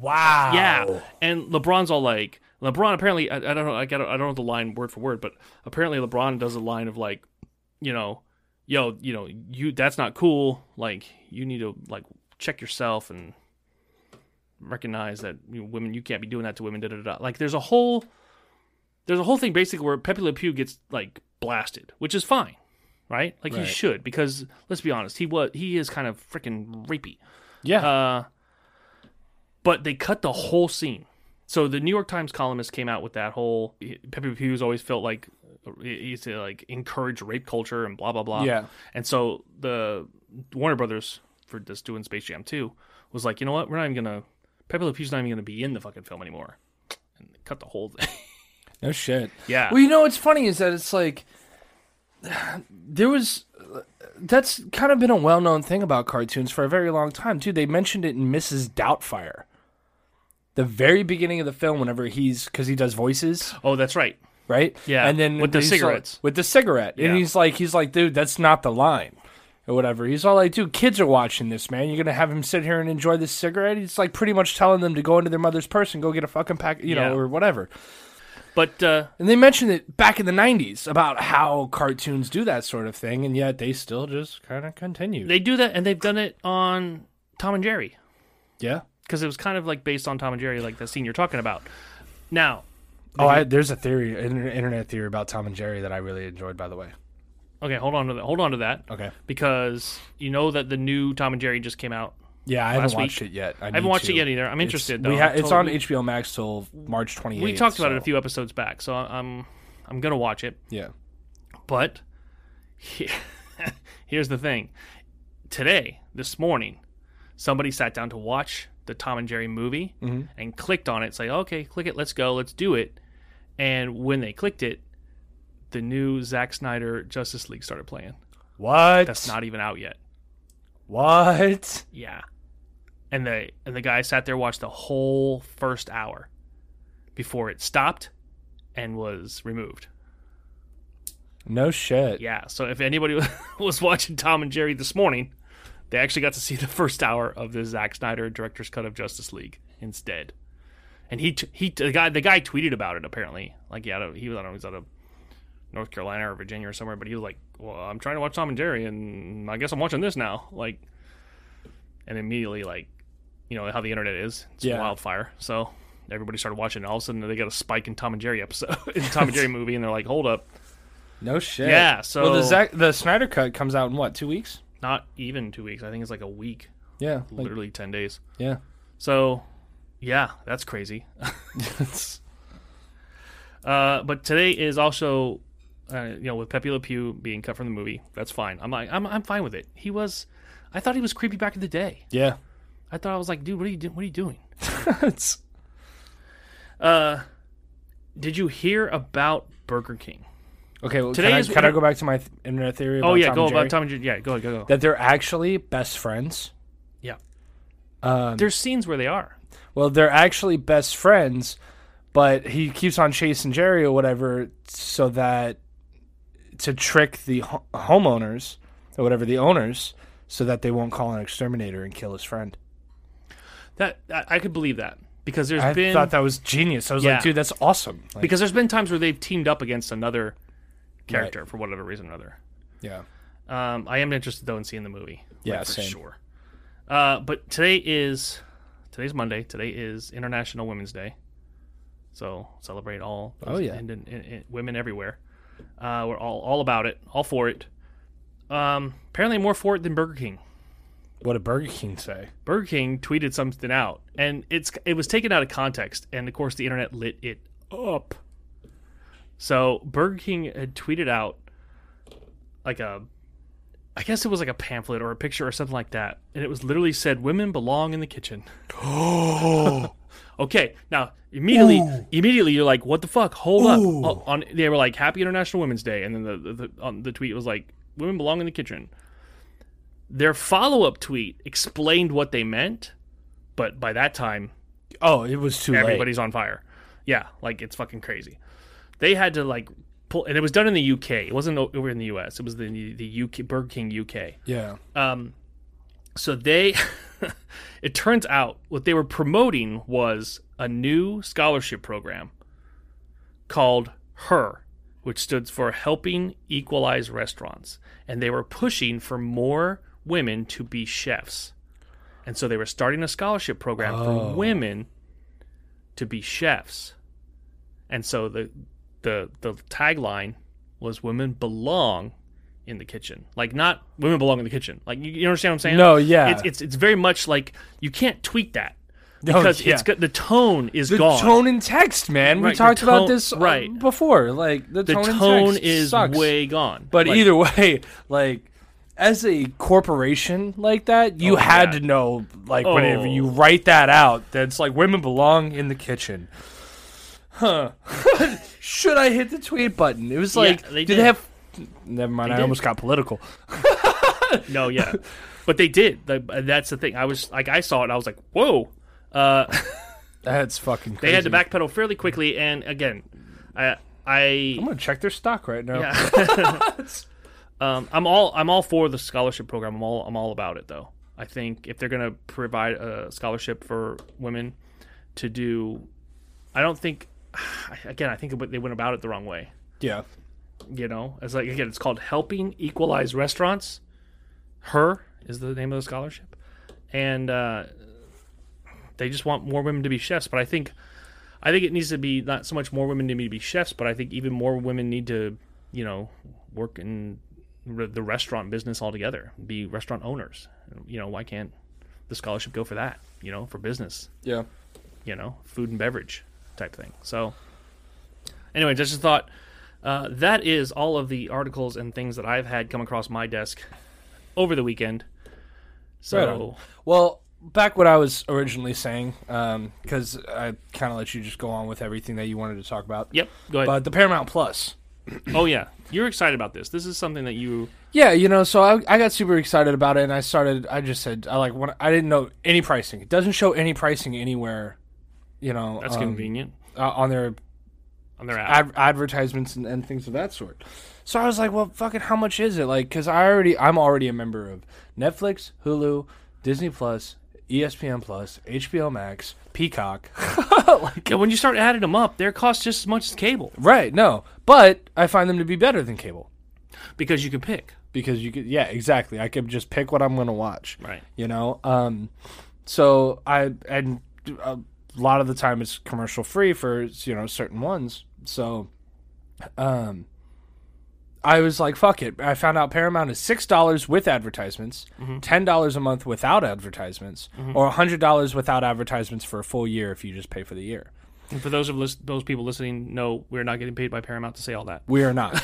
Wow.
Yeah, and LeBron's all like, LeBron apparently I, I don't know like, I don't, I don't know the line word for word, but apparently LeBron does a line of like, you know, yo, you know, you that's not cool. Like you need to like check yourself and recognize that you know, women you can't be doing that to women. Da da da. da." Like there's a whole there's a whole thing basically where Pepe Le Pew gets like blasted, which is fine, right? Like he
Right.
should because let's be honest, he was he is kind of freaking rapey.
Yeah.
Uh, but they cut the whole scene. So the New York Times columnist came out with that whole Pepe Le Pew's always felt like he used to like encourage rape culture and blah blah blah.
Yeah.
And so the Warner Brothers for this doing Space Jam 2 was like, you know what? We're not even gonna Pepe Le Pew's not even gonna be in the fucking film anymore. And they cut the whole thing.
no shit.
yeah.
Well, you know what's funny is that it's like there was that's kind of been a well-known thing about cartoons for a very long time too. They mentioned it in Mrs. Doubtfire, the very beginning of the film, whenever he's because he does voices,
oh, that's right.
right?
Yeah,
and then
with the
he's all-
cigarettes.
with the cigarette,
Yeah.
and he's like, he's like, dude, that's not the line. Or whatever. He's all like, dude, kids are watching this, man. You're gonna have him sit here and enjoy this cigarette. He's like pretty much telling them to go into their mother's purse and go get a fucking pack, you
Yeah.
know, or whatever.
But uh,
And they mentioned it back in the 90s about how cartoons do that sort of thing, and yet they still just kind of continue.
they do that and they've done it on Tom and Jerry.
yeah.
Because it was kind of like based on Tom and Jerry, like the scene you're talking about. Now,
Oh, I, there's a theory, an internet theory about Tom and Jerry that I really enjoyed, by the way.
Okay, hold on to that. Hold on to that.
Okay.
Because you know that the new Tom and Jerry just came out.
Yeah, I haven't
Last week.
watched it yet. I,
I haven't
need
watched
to.
it yet either. I'm interested
It's,
though.
we ha-
I'm
it's on
totally-
HBO Max till March 28th.
We talked about it a
so-
few episodes back, so I- I'm I'm gonna watch it.
Yeah.
But he- here's the thing: today, this morning, somebody sat down to watch the Tom and Jerry movie
Mm-hmm.
and clicked on it, say, okay, click it, let's go, let's do it. And when they clicked it, the new Zack Snyder Justice League started playing.
What?
That's not even out yet.
what.
Yeah. And the and the guy sat there watched the whole first hour before it stopped and was removed.
No shit.
Yeah. So if anybody was watching Tom and Jerry this morning, they actually got to see the first hour of the Zack Snyder director's cut of Justice League instead. And he t- he the guy the guy tweeted about it apparently. Like yeah, he was I don't know he was out of North Carolina or Virginia or somewhere, but he was like, "Well, I'm trying to watch Tom and Jerry, and I guess I'm watching this now." Like, and immediately like, you know how the internet is, it's
Yeah.
wildfire. So everybody started watching. And all of a sudden, they got a spike in Tom and Jerry episode, in Tom and Jerry movie, and they're like, "Hold up,
No shit.
Yeah, so-
well, the Zack, the Snyder cut comes out in what two weeks?
not even two weeks. I think it's like a week,
Yeah, like,
literally ten days."
yeah.
So, yeah, that's crazy. uh, but today is also, uh, you know, with Pepe Le Pew being cut from the movie. That's fine. I'm like, I'm I'm fine with it. He was, I thought he was creepy back in the day.
Yeah.
I thought I was like, dude, what are you doing? What are you doing?
it's
Uh, did you hear about Burger King?
okay. Well,
Today
can,
is-
I, can I go back to my th- internet theory? About
Oh yeah,
Tom
go
and Jerry?
about Tom and Jerry. Yeah, go go go.
That they're actually best friends.
Yeah,
Um,
there's scenes where they are.
well, they're actually best friends, but he keeps on chasing Jerry or whatever, so that to trick the ho- homeowners or whatever the owners, so that they won't call an exterminator and kill his friend.
That I, I could believe that because there's
I
been
thought that was genius. I was
Yeah.
like, dude, that's awesome. Like,
because there's been times where they've teamed up against another character for whatever reason or another.
yeah.
Um, I am interested though in seeing the movie. like,
Yeah,
for
same.
sure. Uh, but today is today's Monday. Today is International Women's Day, so celebrate all those
Oh, yeah.
and, and- and women everywhere. Uh, we're all all about it, all for it. Um, apparently, more for it than Burger King.
What did Burger King say?
Burger King tweeted something out, and it's it was taken out of context, and of course the internet lit it up. So Burger King had tweeted out like a, I guess it was like a pamphlet or a picture or something like that, and it was literally said, "Women belong in the kitchen."
Oh,
Okay, now immediately,
Ooh.
immediately you're like, "What the fuck? Hold
Ooh.
up!" Uh, On they were like, "Happy International Women's Day," and then the the, the, on the tweet was like, "Women belong in the kitchen." Their follow up tweet explained what they meant, but by that time,
oh, it was too
everybody's on fire. Yeah, like it's fucking crazy. They had to like pull, and it was done in the UK. It wasn't o- over in the US. It was the the UK Burger King UK.
late. Yeah.
Um, so they, it turns out what they were promoting was a new scholarship program called HER, which stood for Helping Equalize Restaurants. And they were pushing for more women to be chefs. And so they were starting a scholarship program
Oh.
for women to be chefs. And so the, the, the tagline was Women Belong in the Kitchen. Like, not women belong in the kitchen. Like, you, you understand what I'm saying?
No, yeah.
It's, it's, it's very much like you can't tweak that.
No,
Because
Oh, yeah.
it's got the tone is
the
gone.
tone and text, man.
Right,
we
the
talked
tone-
about this uh,
right.
before. Like the,
the
tone,
tone,
and text
is
sucks.
way gone.
But
Like,
either way, like as a corporation like that, you
Oh,
had
yeah.
to know like whenever
Oh.
you write that out, that's like women belong in the kitchen. Huh? Should I hit the tweet button? It was
Yeah,
like,
they
do
did.
they have? Never mind. I
did.
almost got political.
no, yeah, but they did. The- that's the thing. I was like, I saw it. and I was like, whoa. Uh,
That's fucking.
they
crazy.
had to backpedal fairly quickly. And again, I,
I'm
I,
gonna check their stock right now.
um, I'm all, I'm all for the scholarship program. I'm all, I'm all about it though. I think if they're gonna provide a scholarship for women to do, I don't think. Again, I think they went about it the wrong way.
yeah.
you know it's like again it's called helping equalize restaurants her is the name of the scholarship and uh, they just want more women to be chefs but i think i think it needs to be not so much more women need to be chefs but i think even more women need to you know work in re- the restaurant business altogether be restaurant owners you know why can't the scholarship go for that you know for business
Yeah.
you know, food and beverage type thing. So, anyways, I just thought uh, that is all of the articles and things that I've had come across my desk over the weekend. So
on. Well, back what I was originally saying, because I kind of let you just go on with everything that you wanted to talk about.
yep, go ahead.
But the Paramount Plus.
oh yeah, you're excited about this. This is something that you
Yeah, you know, so I, I got super excited about it, and I started. I just said I like when I didn't know any pricing. It doesn't show any pricing anywhere. You know,
that's
um,
convenient
uh, on their
on their app.
ad- advertisements and, and things of that sort. So I was like, well, fucking, how much is it? Like, because I already, I'm already a member of Netflix, Hulu, Disney Plus, E ESPN Plus, HBO Max, Peacock. like,
yeah, when you start adding them up, their cost just as much as cable
right? No, but I find them to be better than cable
because you can pick.
because you could, yeah, exactly. I could just pick what I'm gonna watch.
Right.
you know um so i and uh, a lot of the time it's commercial free for you know certain ones so um i was like fuck it i found out paramount is six dollars with advertisements ten dollars a month without advertisements or a hundred dollars without advertisements for a full year if you just pay for the year
And for those of lis- those people listening, no, we're not getting paid by Paramount to say all that.
we are not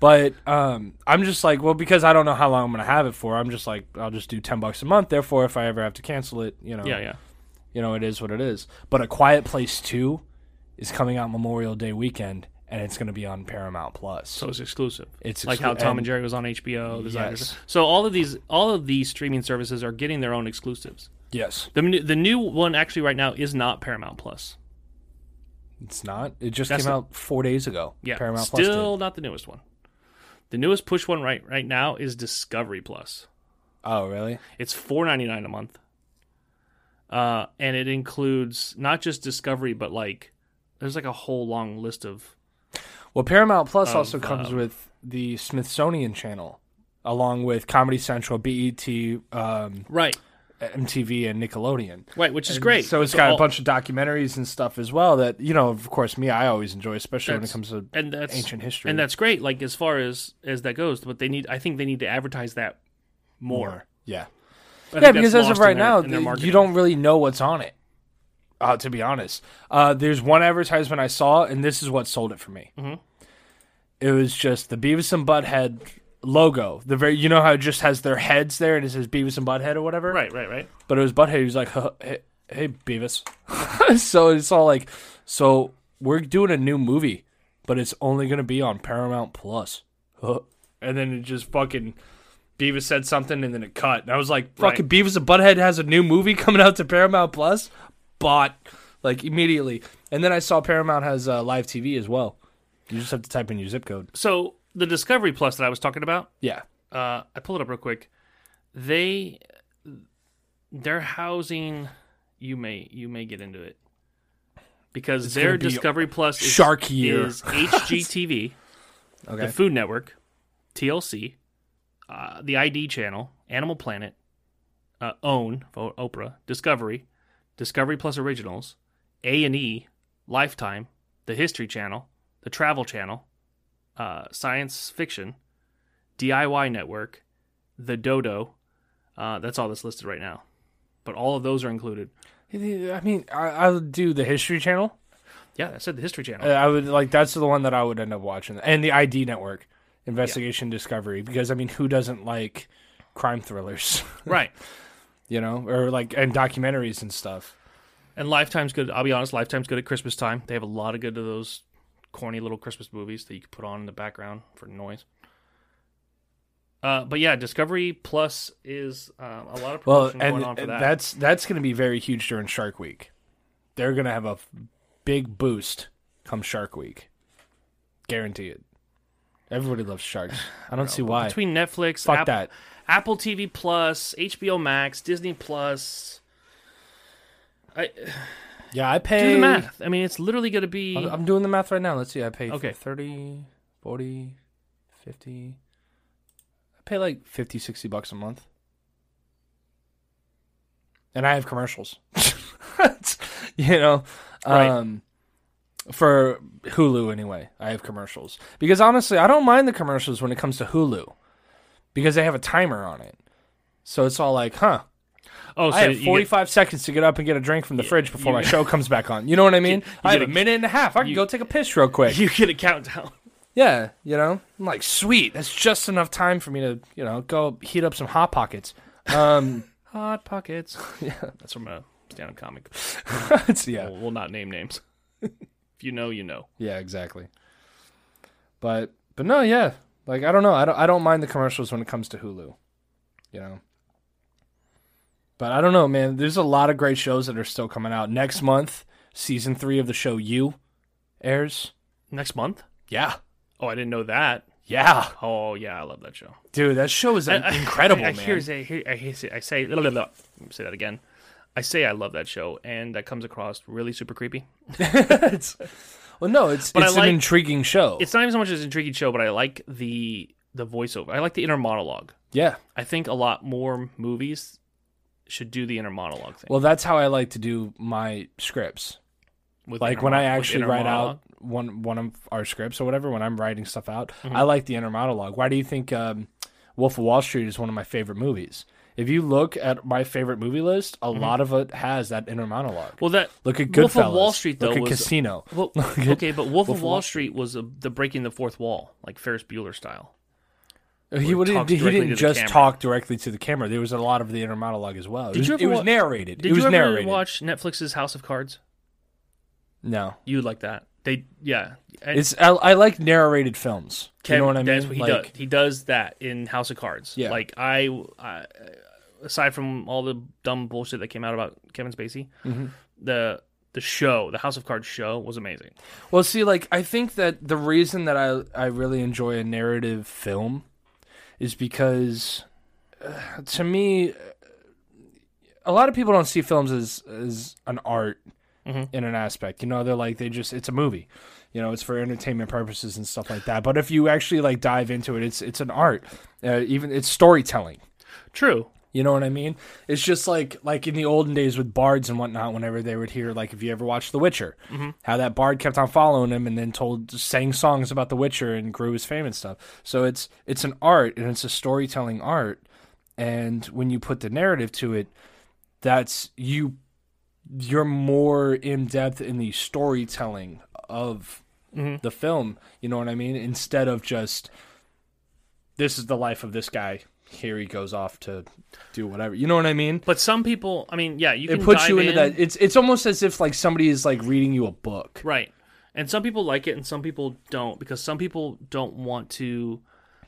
but um i'm just like well because i don't know how long i'm gonna have it for i'm just like i'll just do ten bucks a month therefore if i ever have to cancel it you know
Yeah, yeah.
you know, it is what it is. But A Quiet Place 2 is coming out Memorial Day weekend, and it's going to be on Paramount Plus.
So it's exclusive.
It's
like
exclu-
how Tom
and-
and Jerry was on HBO. there's others.
Yes.
So all of these all of these streaming services are getting their own exclusives.
yes,
The new- the new one actually right now is not Paramount Plus.
it's not. It just
That's
came
the-
out four days ago.
Yeah,
Paramount Plus.
still
did.
not the newest one. The newest push one right right now is Discovery Plus.
Oh, really?
It's four ninety nine a month, uh, and it includes not just Discovery, but like there's like a whole long list of
Well, Paramount Plus
Of,
also comes
um,
with the Smithsonian Channel, along with Comedy Central, BET, um,
right,
MTV, and Nickelodeon.
right, which is great.
So it's got
all-
a bunch of documentaries and stuff as well that, you know, of course, me, I always enjoy, especially when it
That's-
comes to
and that's
ancient history.
and that's great. Like as far as as that goes, but they need I think they need to advertise that more. I
Yeah. Yeah,
think
because
that's
as of
lost in their-
right now,
in their
th- you
marketing.
don't really know what's on it. Uh, to be honest, uh, there's one advertisement I saw, and this is what sold it for me.
Mhm.
It was just the Beavis and Butthead logo. The very, you know how it just has their heads there, and it says Beavis and Butthead or whatever.
right, right, right.
But it was Butthead. He was like, "Huh, hey, hey, Beavis. so it's all like, so we're doing a new movie, but it's only going to be on Paramount Plus. Huh. and then it just fucking Beavis said something, and then it cut. And I was like,
Right.
fucking Beavis and Butthead has a new movie coming out to Paramount Plus. Bought like immediately. And then I saw Paramount has uh, live TV as well. You just have to type in your zip code.
So the Discovery Plus that I was talking about,
Yeah.
uh, I pulled it up real quick. They they're housing. You may you may get into it because their
gonna be
Discovery Plus is,
Shark Year.
is HGTV,
Okay.
the Food Network, TLC, uh, the ID Channel, Animal Planet, uh, OWN for Oprah, Discovery, Discovery Plus Originals, A and E, Lifetime, the History Channel, the Travel Channel, uh, Science Fiction, DIY Network, the Dodo. Uh, that's all that's listed right now. But all of those are included.
I mean, I, I'll do the History Channel.
Yeah, I said the History Channel.
Uh, I would like that's the one that I would end up watching, and the ID Network, Investigation Discovery, because I mean, who doesn't like crime thrillers,
right.
you know, or like and documentaries and stuff?
And Lifetime's good. I'll be honest, Lifetime's good at Christmas time. They have a lot of good of those corny little Christmas movies that you can put on in the background for noise. Uh, but yeah, Discovery Plus is um, a lot of
Well,
promotion
and,
going on for
and
that.
that's that's going to be very huge during Shark Week. They're going to have a f- big boost come Shark Week, guarantee it. Everybody loves sharks. I don't see why.
Between Netflix,
Fuck
App-
that.
Apple TV Plus, HBO Max, Disney Plus. I,
Yeah, I pay.
do the math. I mean, it's literally going to be.
I'm I'm doing the math right now. Let's see. I pay
Okay.
okay. 30, 40, 50. I pay like 50, 60 bucks a month. And I have commercials. you know,
Right.
um, for Hulu anyway, I have commercials. Because honestly, I don't mind the commercials when it comes to Hulu because they have a timer on it. So it's all like, huh,
oh, so
I have
you get-
45 seconds to get up and get a drink from the fridge before my show comes back on. You know what I mean? I have
get
a
a-
minute and a half. I can go take a piss real quick.
you get a countdown.
yeah, you know? I'm like, sweet. That's just enough time for me to, you know, go heat up some Hot Pockets. Um,
Hot Pockets.
yeah,
That's from a stand-up comic.
It's- yeah,
We'll, we'll not name names. if you know, you know.
yeah, exactly. But but no, yeah, like I don't know, I don't I don't mind the commercials when it comes to Hulu, you know. But I don't know, man. There's a lot of great shows that are still coming out next month. Season three of the show You airs.
Next month?
Yeah,
Oh, I didn't know that.
yeah,
Oh yeah, I love that show.
dude, that show is
I- I-
incredible,
I, I
man.
Hear, say- hear- I, hear, say- I say, blah, blah, blah. Let me say that again. I say I love that show, and that comes across really super creepy.
it's, well, no, it's
But I
it's
like-
an intriguing show.
It's not even so much as an intriguing show, but I like the the voiceover. I like the inner monologue.
yeah.
I think a lot more movies should do the inner monologue thing.
Well, that's how I like to do my scripts.
with
Like
inner
when I
mono- with
actually
inner
write
monologue. Mm-hmm.
out one one of our scripts or whatever, when I'm writing stuff out, I like the inner monologue. Why do you think um, Wolf of Wall Street is one of my favorite movies? If you look at my favorite movie list, a lot of it has that inner monologue.
Mm-hmm. Well, that
Look at
Wolf
Goodfellas.
of Wall Street though
Look at
was
Casino.
Well,
Look at-
okay, but Wolf, of Wall Street was a, the breaking the fourth wall, like Ferris Bueller style.
he, would,
talks directly
he
to
didn't
the
just
camera.
talk directly to the camera. There was a lot of the inner monologue as well. It
Did
was,
you ever
it was
wa-
narrated.
Did
it was
you ever
narrated.
watch Netflix's House of Cards?
no,
You like that? They yeah. And
it's I, I like narrated films. you know what I mean?
That's what he
like,
does. He does that in House of Cards.
Yeah.
Like I, I, aside from all the dumb bullshit that came out about Kevin Spacey,
Mm-hmm.
the the show, the House of Cards show, was amazing.
Well, see, like I think that the reason that I I really enjoy a narrative film is because uh, to me uh, a lot of people don't see films as as an art in an aspect. You know, they're like they just it's a movie. You know, it's for entertainment purposes and stuff like that. But if you actually like dive into it, it's it's an art. Uh, even it's storytelling.
True.
You know what I mean? It's just like like in the olden days with bards and whatnot. Whenever they would hear, like if you ever watched The Witcher, how that bard kept on following him and then told sang songs about The Witcher and grew his fame and stuff. So it's it's an art and it's a storytelling art. And when you put the narrative to it, that's you you're more in depth in the storytelling of the film. You know what I mean? Instead of just this is the life of this guy. Here he goes off to do whatever. You know what I mean?
But some people, I mean, yeah, you
It
can
puts
dive
you into
in,
that. It's it's almost as if like somebody is like reading you a book.
Right. And some people like it and some people don't because some people don't want to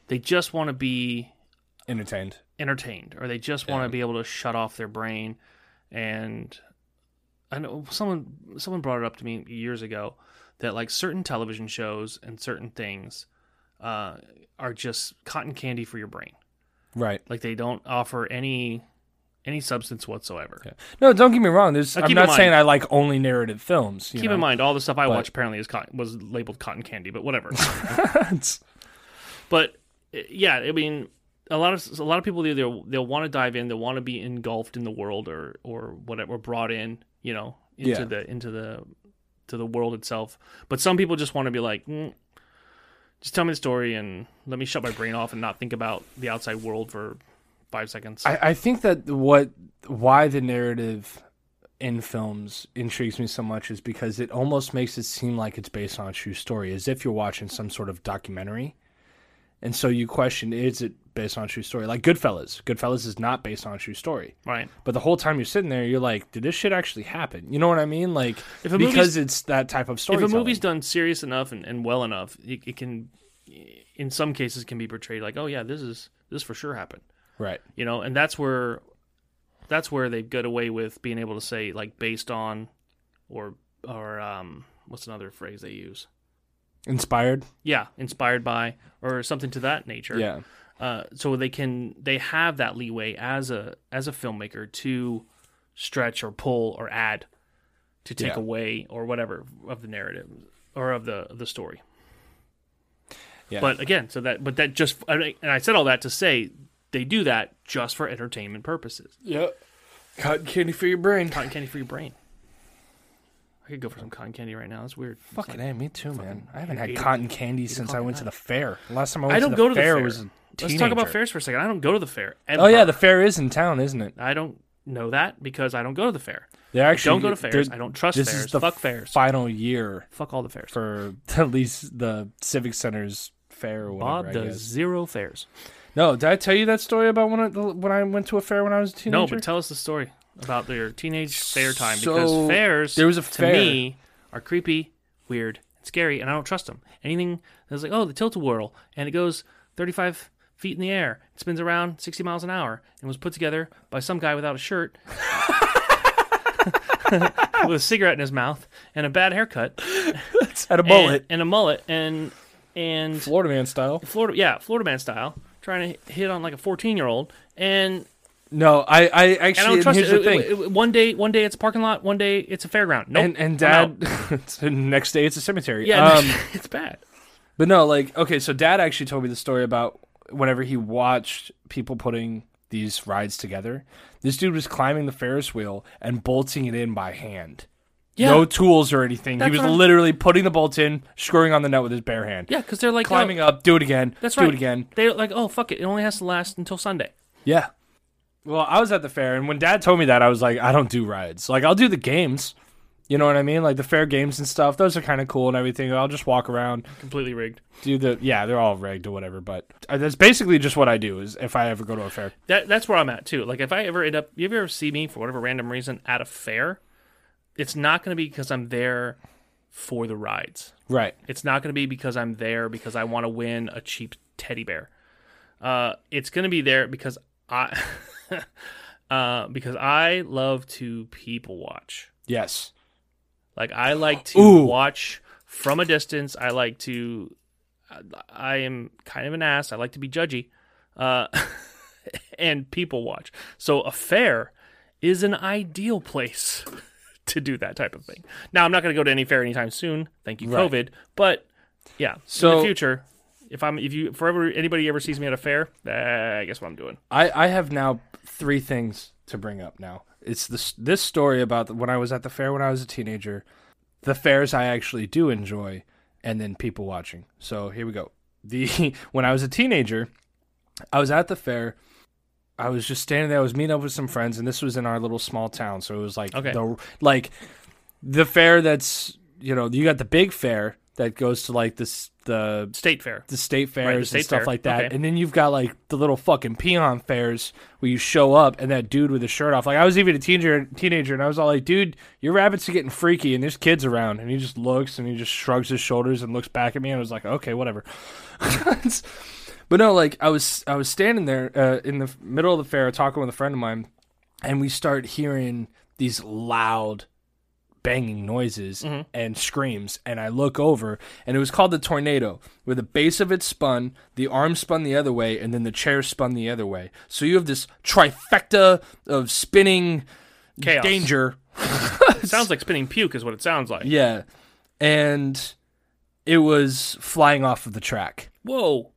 they just want to be
Entertained.
entertained or they just want to be able to shut off their brain and I know someone someone brought it up to me years ago that like certain television shows and certain things uh, are just cotton candy for your brain.
Right.
Like they don't offer any any substance whatsoever.
No, don't get me wrong. There's
Now,
I'm
keep
not
in
saying
mind-
I like only narrative films. You
Keep
know?
in mind all the stuff I watch apparently is cotton, was labeled cotton candy, but whatever.
It's-
but uh, yeah, I mean, a lot of a lot of people either they'll, want to dive in, they'll want to be engulfed in the world or or whatever, or brought in, you know, into
Yeah.
the into the to the world itself. But some people just want to be like, mm, just tell me the story and let me shut my brain off and not think about the outside world for five seconds.
I, I think that what why the narrative in films intrigues me so much is because it almost makes it seem like it's based on a true story, as if you're watching some sort of documentary. And so you question, is it based on a true story? Like Goodfellas. Goodfellas is not based on a true story.
right?
But the whole time you're sitting there, you're like, did this shit actually happen? You know what I mean? Like,
If a movie's-
because it's that type of story.
If a movie's done serious enough and, and well enough, it, it can, in some cases, can be portrayed like, oh yeah, this is this for sure happened.
Right.
you know and that's where that's where they get away with being able to say like based on or or um what's another phrase they use
Inspired?
yeah inspired by or something to that nature
Yeah.
uh, so they can they have that leeway as a as a filmmaker to stretch or pull or add to take
Yeah.
away or whatever of the narrative or of the of the story
Yeah.
but again so that but that just and i said all that to say they do that just for entertainment purposes
Yep. Cotton candy for your brain.
cotton candy for your brain. I could go for some cotton candy right now. That's weird.
Fucking A, me too, man. I haven't had
eight
cotton candy since I went to the fair. Last time I went
I don't
to the
go to the
fair,
fair.
was a
Let's talk about
teenager.
fairs for a second. I don't go to the fair. Ever.
Oh yeah, the fair is in town, isn't it?
I don't know that because I don't go to the fair.
They actually
Don't go to fairs.
they're-
I don't trust
This
fairs.
is the
Fuck fairs.
final year
Fuck all the fairs.
for at least the civic center's fair or whatever.
Bob
I
does
guess.
zero fairs.
No, did I tell you that story about when I, the- when I went to a fair when I was a teenager?
No, but tell us the story about their teenage fair time
So,
because fairs
there was a
to
fair.
me are creepy, weird, and scary, and I don't trust them. Anything that's like, oh, the tilt a whirl, and it goes 35 feet in the air, it spins around 60 miles an hour, and was put together by some guy without a shirt. with a cigarette in his mouth and a bad haircut
at a
and-
bullet,
and a mullet and and
Florida man style.
Florida yeah Florida man style trying to hit on like a 14 year old and
No, I, I
and I
actually.
don't
And
trust
here's
it.
the thing.
It- it- One day, one day it's a parking lot. One day it's a fairground. Nope.
and and
I'm out.
dad, next day it's a cemetery.
yeah,
Um,
it's bad.
But no, like okay, so dad actually told me the story about whenever he watched people putting these rides together. This dude was climbing the Ferris wheel and bolting it in by hand.
Yeah,
No tools or anything.
That's
he was
what I'm-
literally putting the bolt in, screwing on the nut with his bare hand.
yeah, because they're like
Climbing up, do it again.
That's
do
right.
it again.
They're like, oh fuck it, it only has to last until Sunday.
Yeah. Well, I was at the fair, and when Dad told me that, I was like, I don't do rides. Like, I'll do the games. You know what I mean? Like the fair games and stuff. Those are kind of cool and everything. I'll just walk around,
Completely rigged.
do the yeah. They're all rigged or whatever, but uh, that's basically just what I do. Is if I ever go to a fair,
That that's where I'm at too. Like if I ever end up, you ever see me for whatever random reason at a fair, it's not going to be because I'm there for the rides.
right?
It's not going to be because I'm there because I want to win a cheap teddy bear. Uh, it's going to be there because I uh, because I love to people watch.
Yes.
Like I like to
Ooh.
watch from a distance. I like to. I am kind of an ass. I like to be judgy, uh, and people watch. So a fair is an ideal place to do that type of thing. Now I'm not going to go to any fair anytime soon. Thank you,
Right.
COVID. But yeah, in
So-
the future, if I'm if you forever anybody ever sees me at a fair, uh, guess what I'm doing?
I I have now three things to bring up. Now it's this this story about the, when I was at the fair when I was a teenager, the fairs I actually do enjoy, and then people watching. So here we go. The when I was a teenager, I was at the fair. I was just standing there. I was meeting up with some friends, and this was in our little small town. So it was like
Okay.
the like the fair that's you know you got the big fair that goes to like this the
State fair.
the state fairs
state
and stuff
fair.
like that.
Okay.
And then you've got like the little fucking peon fairs where you show up and that dude with his shirt off. Like I was even a teenager teenager and I was all like, dude, your rabbits are getting freaky and there's kids around and he just looks and he just shrugs his shoulders and looks back at me and I was like, okay, whatever. but no, like I was I was standing there uh, in the middle of the fair talking with a friend of mine and we start hearing these loud banging noises
Mm-hmm.
and screams and i look over and it was called the tornado where the base of it spun the arm spun the other way and then the chair spun the other way so you have this trifecta of spinning
Chaos.
danger
It sounds like spinning puke is what it sounds like.
yeah and it was flying off of the track
Whoa.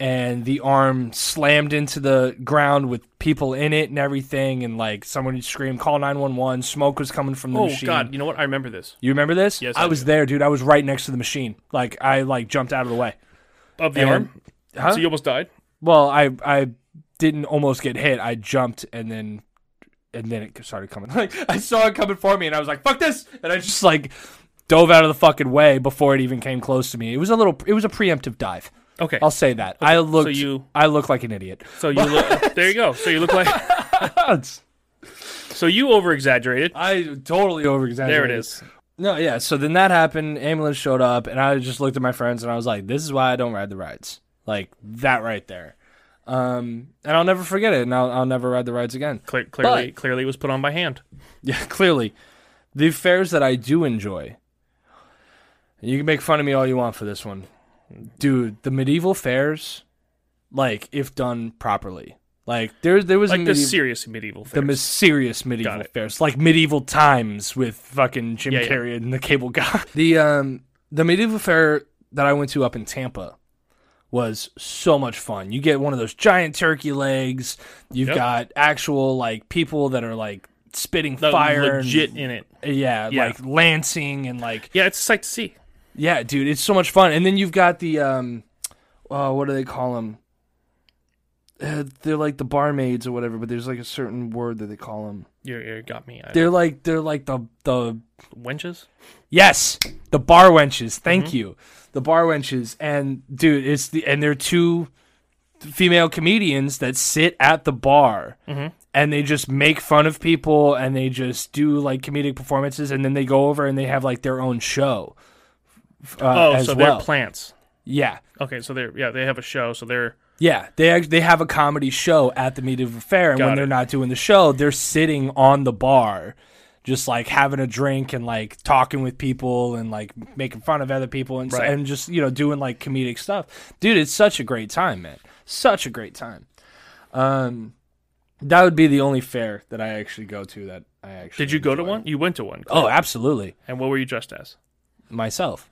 and the arm slammed into the ground with people in it and everything and like someone screamed call 911 smoke was coming from the
Oh
machine
god, you know what? I remember this.
You remember this?
Yes,
I,
I
was
do.
there, dude. I was right next to the machine. Like I like jumped out of the way.
Of the
And-
arm?
Huh?
So you almost died?
Well, I I didn't almost get hit. I jumped and then and then it started coming. Like I saw it coming for me, and I was like, "Fuck this!" And I just like dove out of the fucking way before it even came close to me. It was a little. It was a preemptive dive.
Okay.
I'll say that. I looked.
you-
I look like an idiot.
So you look there you go. So you look like so you over exaggerated.
I totally over
There it is.
No, yeah. So then that happened. Ambulance showed up, and I just looked at my friends and I was like, "This is why I don't ride the rides." Like that right there. Um, and I'll never forget it, and I'll, I'll never ride the rides again.
Cle- clearly clearly it was put on by hand.
Yeah, clearly, the fairs that I do enjoy. And you can make fun of me all you want for this one, dude. The medieval fairs, like if done properly, like there there was a
Like the
medieval-
serious medieval
the
thing.
mis- serious medieval
Got it.
affairs, like medieval times with fucking Jim
Yeah, yeah.
Carrey and the Cable Guy. The um the medieval fair that I went to up in Tampa was so much fun. You get one of those giant turkey legs. You've
Yep.
got actual like people that are like spitting
The
fire, and-
legit in it.
yeah,
Yeah.
like lancing and like
Yeah, it's a sight to see.
yeah, dude, it's so much fun. And then you've got the um, uh, what do they call them? Uh, they're like the barmaids or whatever, but there's like a certain word that they call them.
You, you got me. I,
They're like they're like the the
wenches?
yes the bar
Mm-hmm.
wenches. Thank you, the bar wenches. And dude, it's the and they're two female comedians that sit at the bar
Mm-hmm.
and they just make fun of people and they just do like comedic performances and then they go over and they have like their own show. f- Uh,
Oh,
as
so
well.
they're plants.
yeah,
Okay, so they're yeah they have a show. So they're
yeah. They act- they have a comedy show at the Meat of Fair, and when
Got
they're
it.
not doing the show, they're sitting on the bar, just like having a drink and like talking with people and like making fun of other people and s-
Right.
and just you know doing like comedic stuff. Dude, it's such a great time, man. Such a great time. Um, that would be the only fair that I actually go to. That I actually
did you go to
enjoy.
one? You went to one.
Oh, absolutely.
and what were you dressed as?
Myself.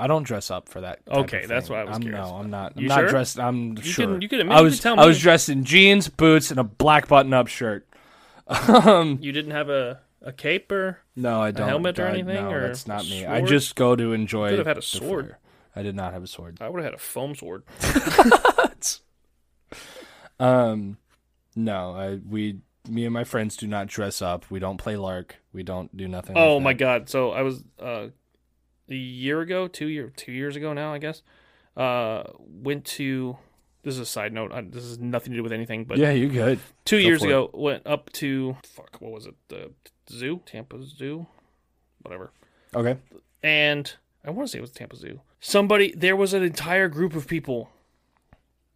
I don't dress up for that. type
Okay,
of
that's
thing.
why I was
I'm,
curious
No, I'm not. I'm
You
not
sure?
dressed. I'm sure.
can- you can admit-
I
you
was.
can tell
I was
me.
dressed in jeans, boots, and a black button-up shirt. um,
You didn't have a a cape or
no, I don't.
helmet or
I-
anything,
No,
or
that's not me. I
sword?
just go to enjoy.
Could have had a
the
sword.
fair. I did not have a sword.
I would have had a foam sword.
Um, no, I we me and my friends do not dress up. We don't play lark. We don't do nothing. like
Oh
that.
my god! So I was uh, a year ago, two year, two years ago now, I guess. Uh, went to. This is a side note. I, this is nothing to do with anything, but
Yeah, you're good.
two
go
years
for it.
ago, went up to fuck. What was it? The zoo, Tampa Zoo, whatever.
Okay.
And I want to say it was Tampa Zoo. Somebody there was an entire group of people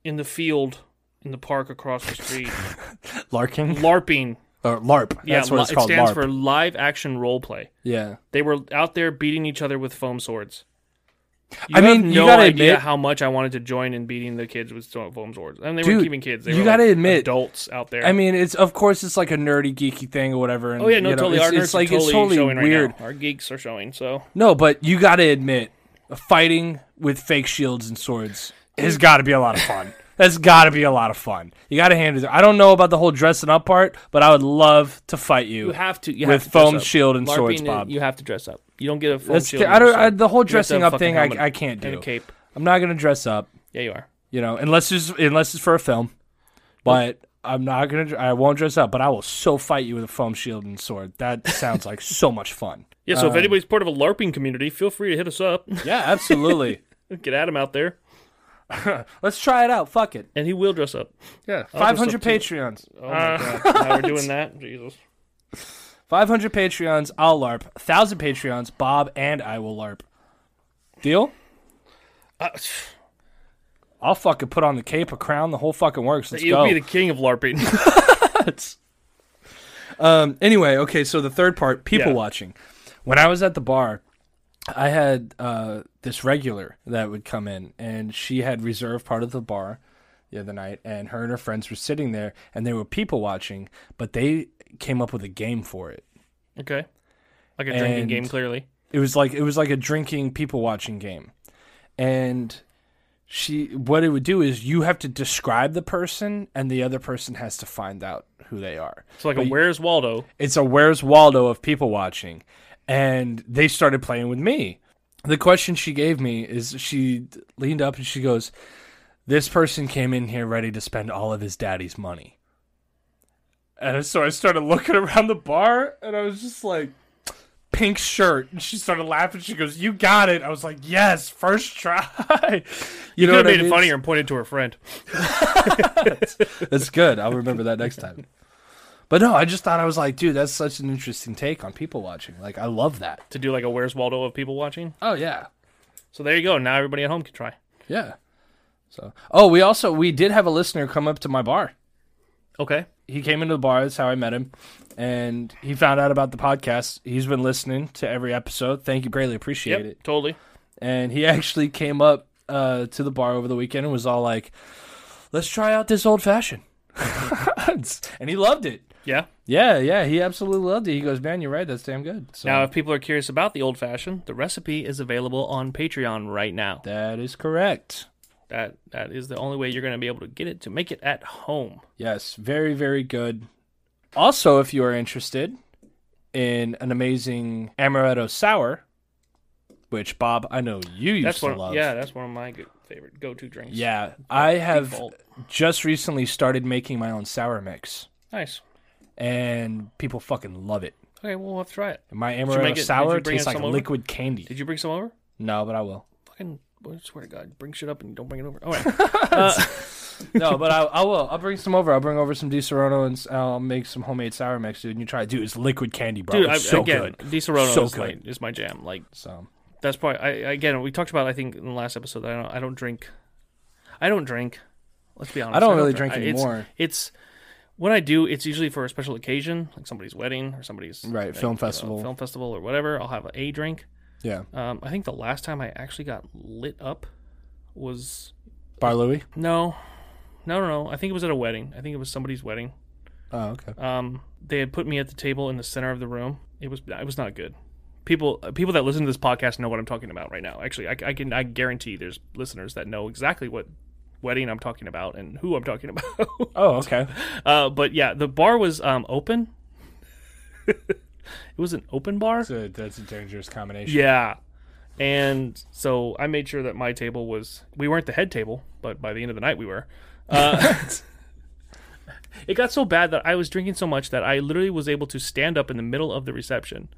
in the field in the park across the street
Larking
larping.
or larp.
Yeah,
That's what
li-
it's called.
it stands
larp.
for live action role play.
yeah.
They were out there beating each other with foam swords. You
I
have
mean, you
no
gotta
idea
admit-
how much I wanted to join in beating the kids with sto- foam swords, and they
Dude,
were keeping kids. They
you
were
gotta
like
admit-
adults out there.
I mean, it's of course it's like a nerdy geeky thing or whatever. And,
oh yeah, no,
you know,
totally.
It's,
our nerds
it's like
are totally
it's totally
showing
weird.
right now. Our geeks are showing. So
No, but you got to admit, fighting with fake shields and swords has got to be a lot of fun. That's got to be a lot of fun. You got to hand it. I don't know about the whole dressing up part, but I would love to fight you.
you have to you
With
have to dress
foam
up.
shield and swords,
LARPing,
Bob.
You have to dress up. You don't get a foam
That's
shield. and
ca- I
a
don't.
sword.
I, the
You
whole
have to have
dressing
a
up
fucking
thing, I,
helmet
I can't do.
And a cape.
I'm not gonna dress up.
Yeah, you are.
You know, unless it's unless it's for a film. But I'm not gonna. dr- I won't dress up. But I will so fight you with a foam shield and sword. That sounds like so much fun.
Yeah. So if anybody's part of a LARPing community, feel free to hit us up.
Yeah, absolutely.
get Adam out there,
Let's try it out. Fuck it.
and he will dress up.
Yeah,
I'll
five
just look
hundred
too.
patreons.
Oh my
Uh,
god! Now we're doing that. Jesus.
Five hundred patreons. I'll larp. Thousand patreons. Bob and I will larp. Deal?
Uh,
I'll fucking put on the cape, a crown, the whole fucking works. Let's
You'll
go.
be the king of LARPing.
um. Anyway, okay. So the third part, people
Yeah.
watching. When I was at the bar, I had uh this regular that would come in, and she had reserved part of the bar the other night, and her and her friends were sitting there, and they were people watching, but they came up with a game for it.
okay. Like a drinking
And-
game, clearly.
it was like it was like a drinking people watching game and she what it would do is you have to describe the person and the other person has to find out who they are
So like a Where's Waldo?
it's a where's waldo of people watching and they started playing with me the question she gave me is she leaned up and she goes this person came in here ready to spend all of his daddy's money and so i started looking around the bar and i was just like pink shirt and she started laughing she goes you got it i was like yes first try you, know
Could have
what I
made it
mean?
funnier and pointed to her friend.
That's good. I'll remember that next time. But no, I just thought I was like, dude, that's such an interesting take on people watching. Like, I love that.
To do like a Where's Waldo of people watching.
Oh yeah,
So there you go. Now everybody at home can try.
yeah. So, oh, we also we did have a listener come up to my bar.
Okay.
He came into the bar. That's how I met him, and he found out about the podcast. He's been listening to every episode. Thank you, greatly appreciate
Yep.
it.
Totally.
and he actually came up uh, to the bar over the weekend and was all like, "Let's try out this old fashioned," and he loved it.
Yeah.
Yeah, yeah, he absolutely loved it. He goes, "Man, you're right. That's damn good." So
Now, if people are curious about the old fashioned, the recipe is available on Patreon right now.
that is correct.
That that is the only way you're going to be able to get it to make it at home.
Yes, very, very good. Also, if you are interested in an amazing amaretto sour, which Bob, I know you used
That's
to
one.
love.
Yeah, that's one of my good, favorite go-to drinks.
yeah. I have
Default.
just recently started making my own sour mix,
Nice.
and people fucking love it.
Okay, well, we'll have to try it.
My
you
amaretto
make it- did
sour
you bring
tastes
us
like
some over?
liquid candy.
Did you bring some over?
No, but I will.
Fucking, I swear to God, bring shit up and you don't bring it over. All right.
no, but I, I will. I'll bring some over. I'll bring over some Di Serono and s- I'll make some homemade sour mix, dude. And you try, dude. It's liquid candy, bro.
Dude,
it's
I,
so
again,
good.
Di Serrano
So
is, like-
good.
is my jam. Like
So
that's probably I again we talked about I think in the last episode that I don't I don't drink. I don't drink. Let's be honest.
I don't really drink
I-
anymore.
It's, it's when I do. It's usually for a special occasion, like somebody's wedding or somebody's
Right,
like,
film
you know,
festival.
film festival or whatever. I'll have a drink.
yeah,
Um, I think the last time I actually got lit up was
Bar Louie.
no, no, no, no. I think it was at a wedding. I think it was somebody's wedding.
Oh, okay.
Um, they had put me at the table in the center of the room. It was it was not good. People people that listen to this podcast know what I'm talking about right now. Actually, I, I can I guarantee there's listeners that know exactly what wedding I'm talking about and who I'm talking about.
Oh, okay.
uh, but yeah, the bar was um open. it was an open bar.
That's a, that's a dangerous combination.
Yeah. And so I made sure that my table was we weren't the head table, but by the end of the night we were. Uh, it got so bad that I was drinking so much that I literally was able to stand up in the middle of the reception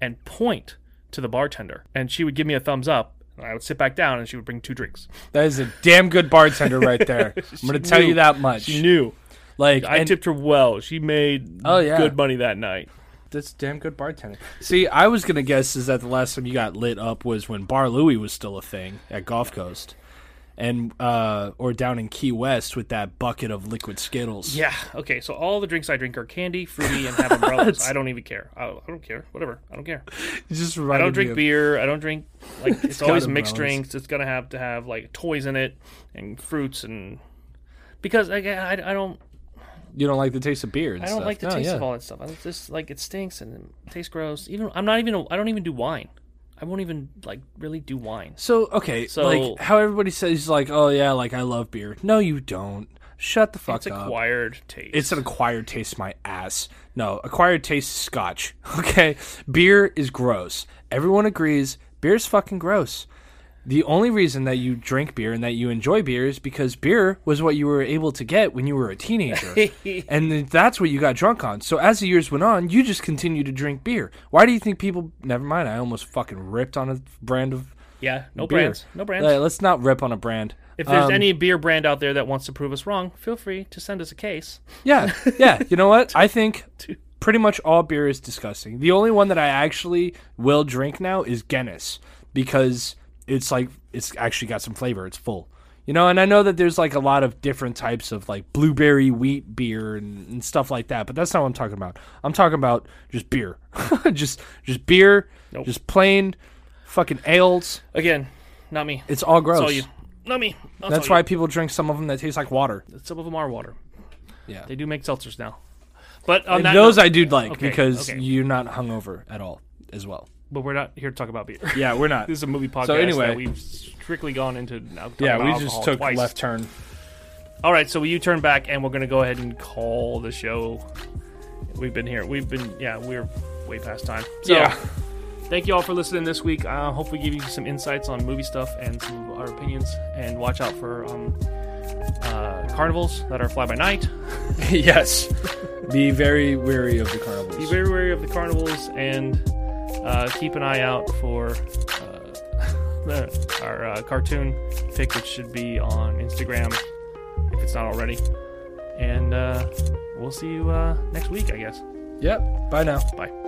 and point to the bartender, and she would give me a thumbs up. And I would sit back down, and she would bring two drinks.
That is a damn good bartender right there. I'm gonna tell
knew.
you that much.
She knew.
Like
I
and-
tipped her well. She made
Oh, yeah.
good money that night.
that's damn good bartender. See, I was gonna guess is that the last time you got lit up was when Bar Louie was still a thing at Gulf Coast, and uh, or down in Key West with that bucket of liquid Skittles.
Yeah. Okay. So all the drinks I drink are candy, fruity, and have umbrellas. I don't even care. I, I don't care. Whatever. I don't care.
It just
I don't drink beer. I don't drink like it's,
got
always mixed
umbrellas.
drinks. It's gonna have to have like toys in it and fruits and because like, I, I, I don't
You don't like the taste of beer.
I don't like the taste of all that stuff. I just like it stinks and it tastes gross. Even I'm not even a, I don't even do wine. I won't even like really do wine.
So okay,
So-
like how everybody says, like, oh yeah, like I love beer. No, you don't. Shut the fuck
It's
up.
acquired taste.
It's an acquired taste, my ass. No, acquired taste is scotch. Okay, beer is gross. Everyone agrees, beer is fucking gross. The only reason that you drink beer and that you enjoy beer is because beer was what you were able to get when you were a teenager, and then that's what you got drunk on. So as the years went on, you just continued to drink beer. Why do you think people? Never mind. I almost fucking ripped on a brand of
yeah. No
beer.
brands. No brands.
Hey, let's not rip on a brand.
if there's
Um,
any beer brand out there that wants to prove us wrong, feel free to send us a case.
Yeah, yeah. You know what? I think pretty much all beer is disgusting. The only one that I actually will drink now is Guinness because it's like it's actually got some flavor. It's full. You know, and I know that there's like a lot of different types of like blueberry wheat beer and, and stuff like that, but that's not what I'm talking about. I'm talking about just beer, just just beer,
Nope.
just plain fucking ales.
Again, not me.
It's all gross.
It's all you. Not me. Not
That's
all
why
you.
people drink some of them that taste like water.
some of them are water.
Yeah,
They do make seltzers now. But on that
those
note-
I do like
Okay,
because
okay.
you're not hungover at all as well.
but we're not here to talk about beer.
Yeah, we're not.
this is a movie podcast.
So anyway-
that we've strictly gone into. Now talking
yeah,
about
we just
alcohol
took
twice.
left turn.
All right, so you turn back, and we're gonna go ahead and call the show. We've been here. We've been yeah. We're way past time. So, Thank you all for listening this week. Uh, hopefully, give you some insights on movie stuff and some of our opinions. And watch out for um, uh, carnivals that are fly by night.
yes. Be very wary of the carnivals.
Be very wary of the carnivals and uh, keep an eye out for uh, the, our uh, cartoon pic, which should be on Instagram if it's not already. And uh, we'll see you uh, next week, I guess.
yep. Bye now.
Bye.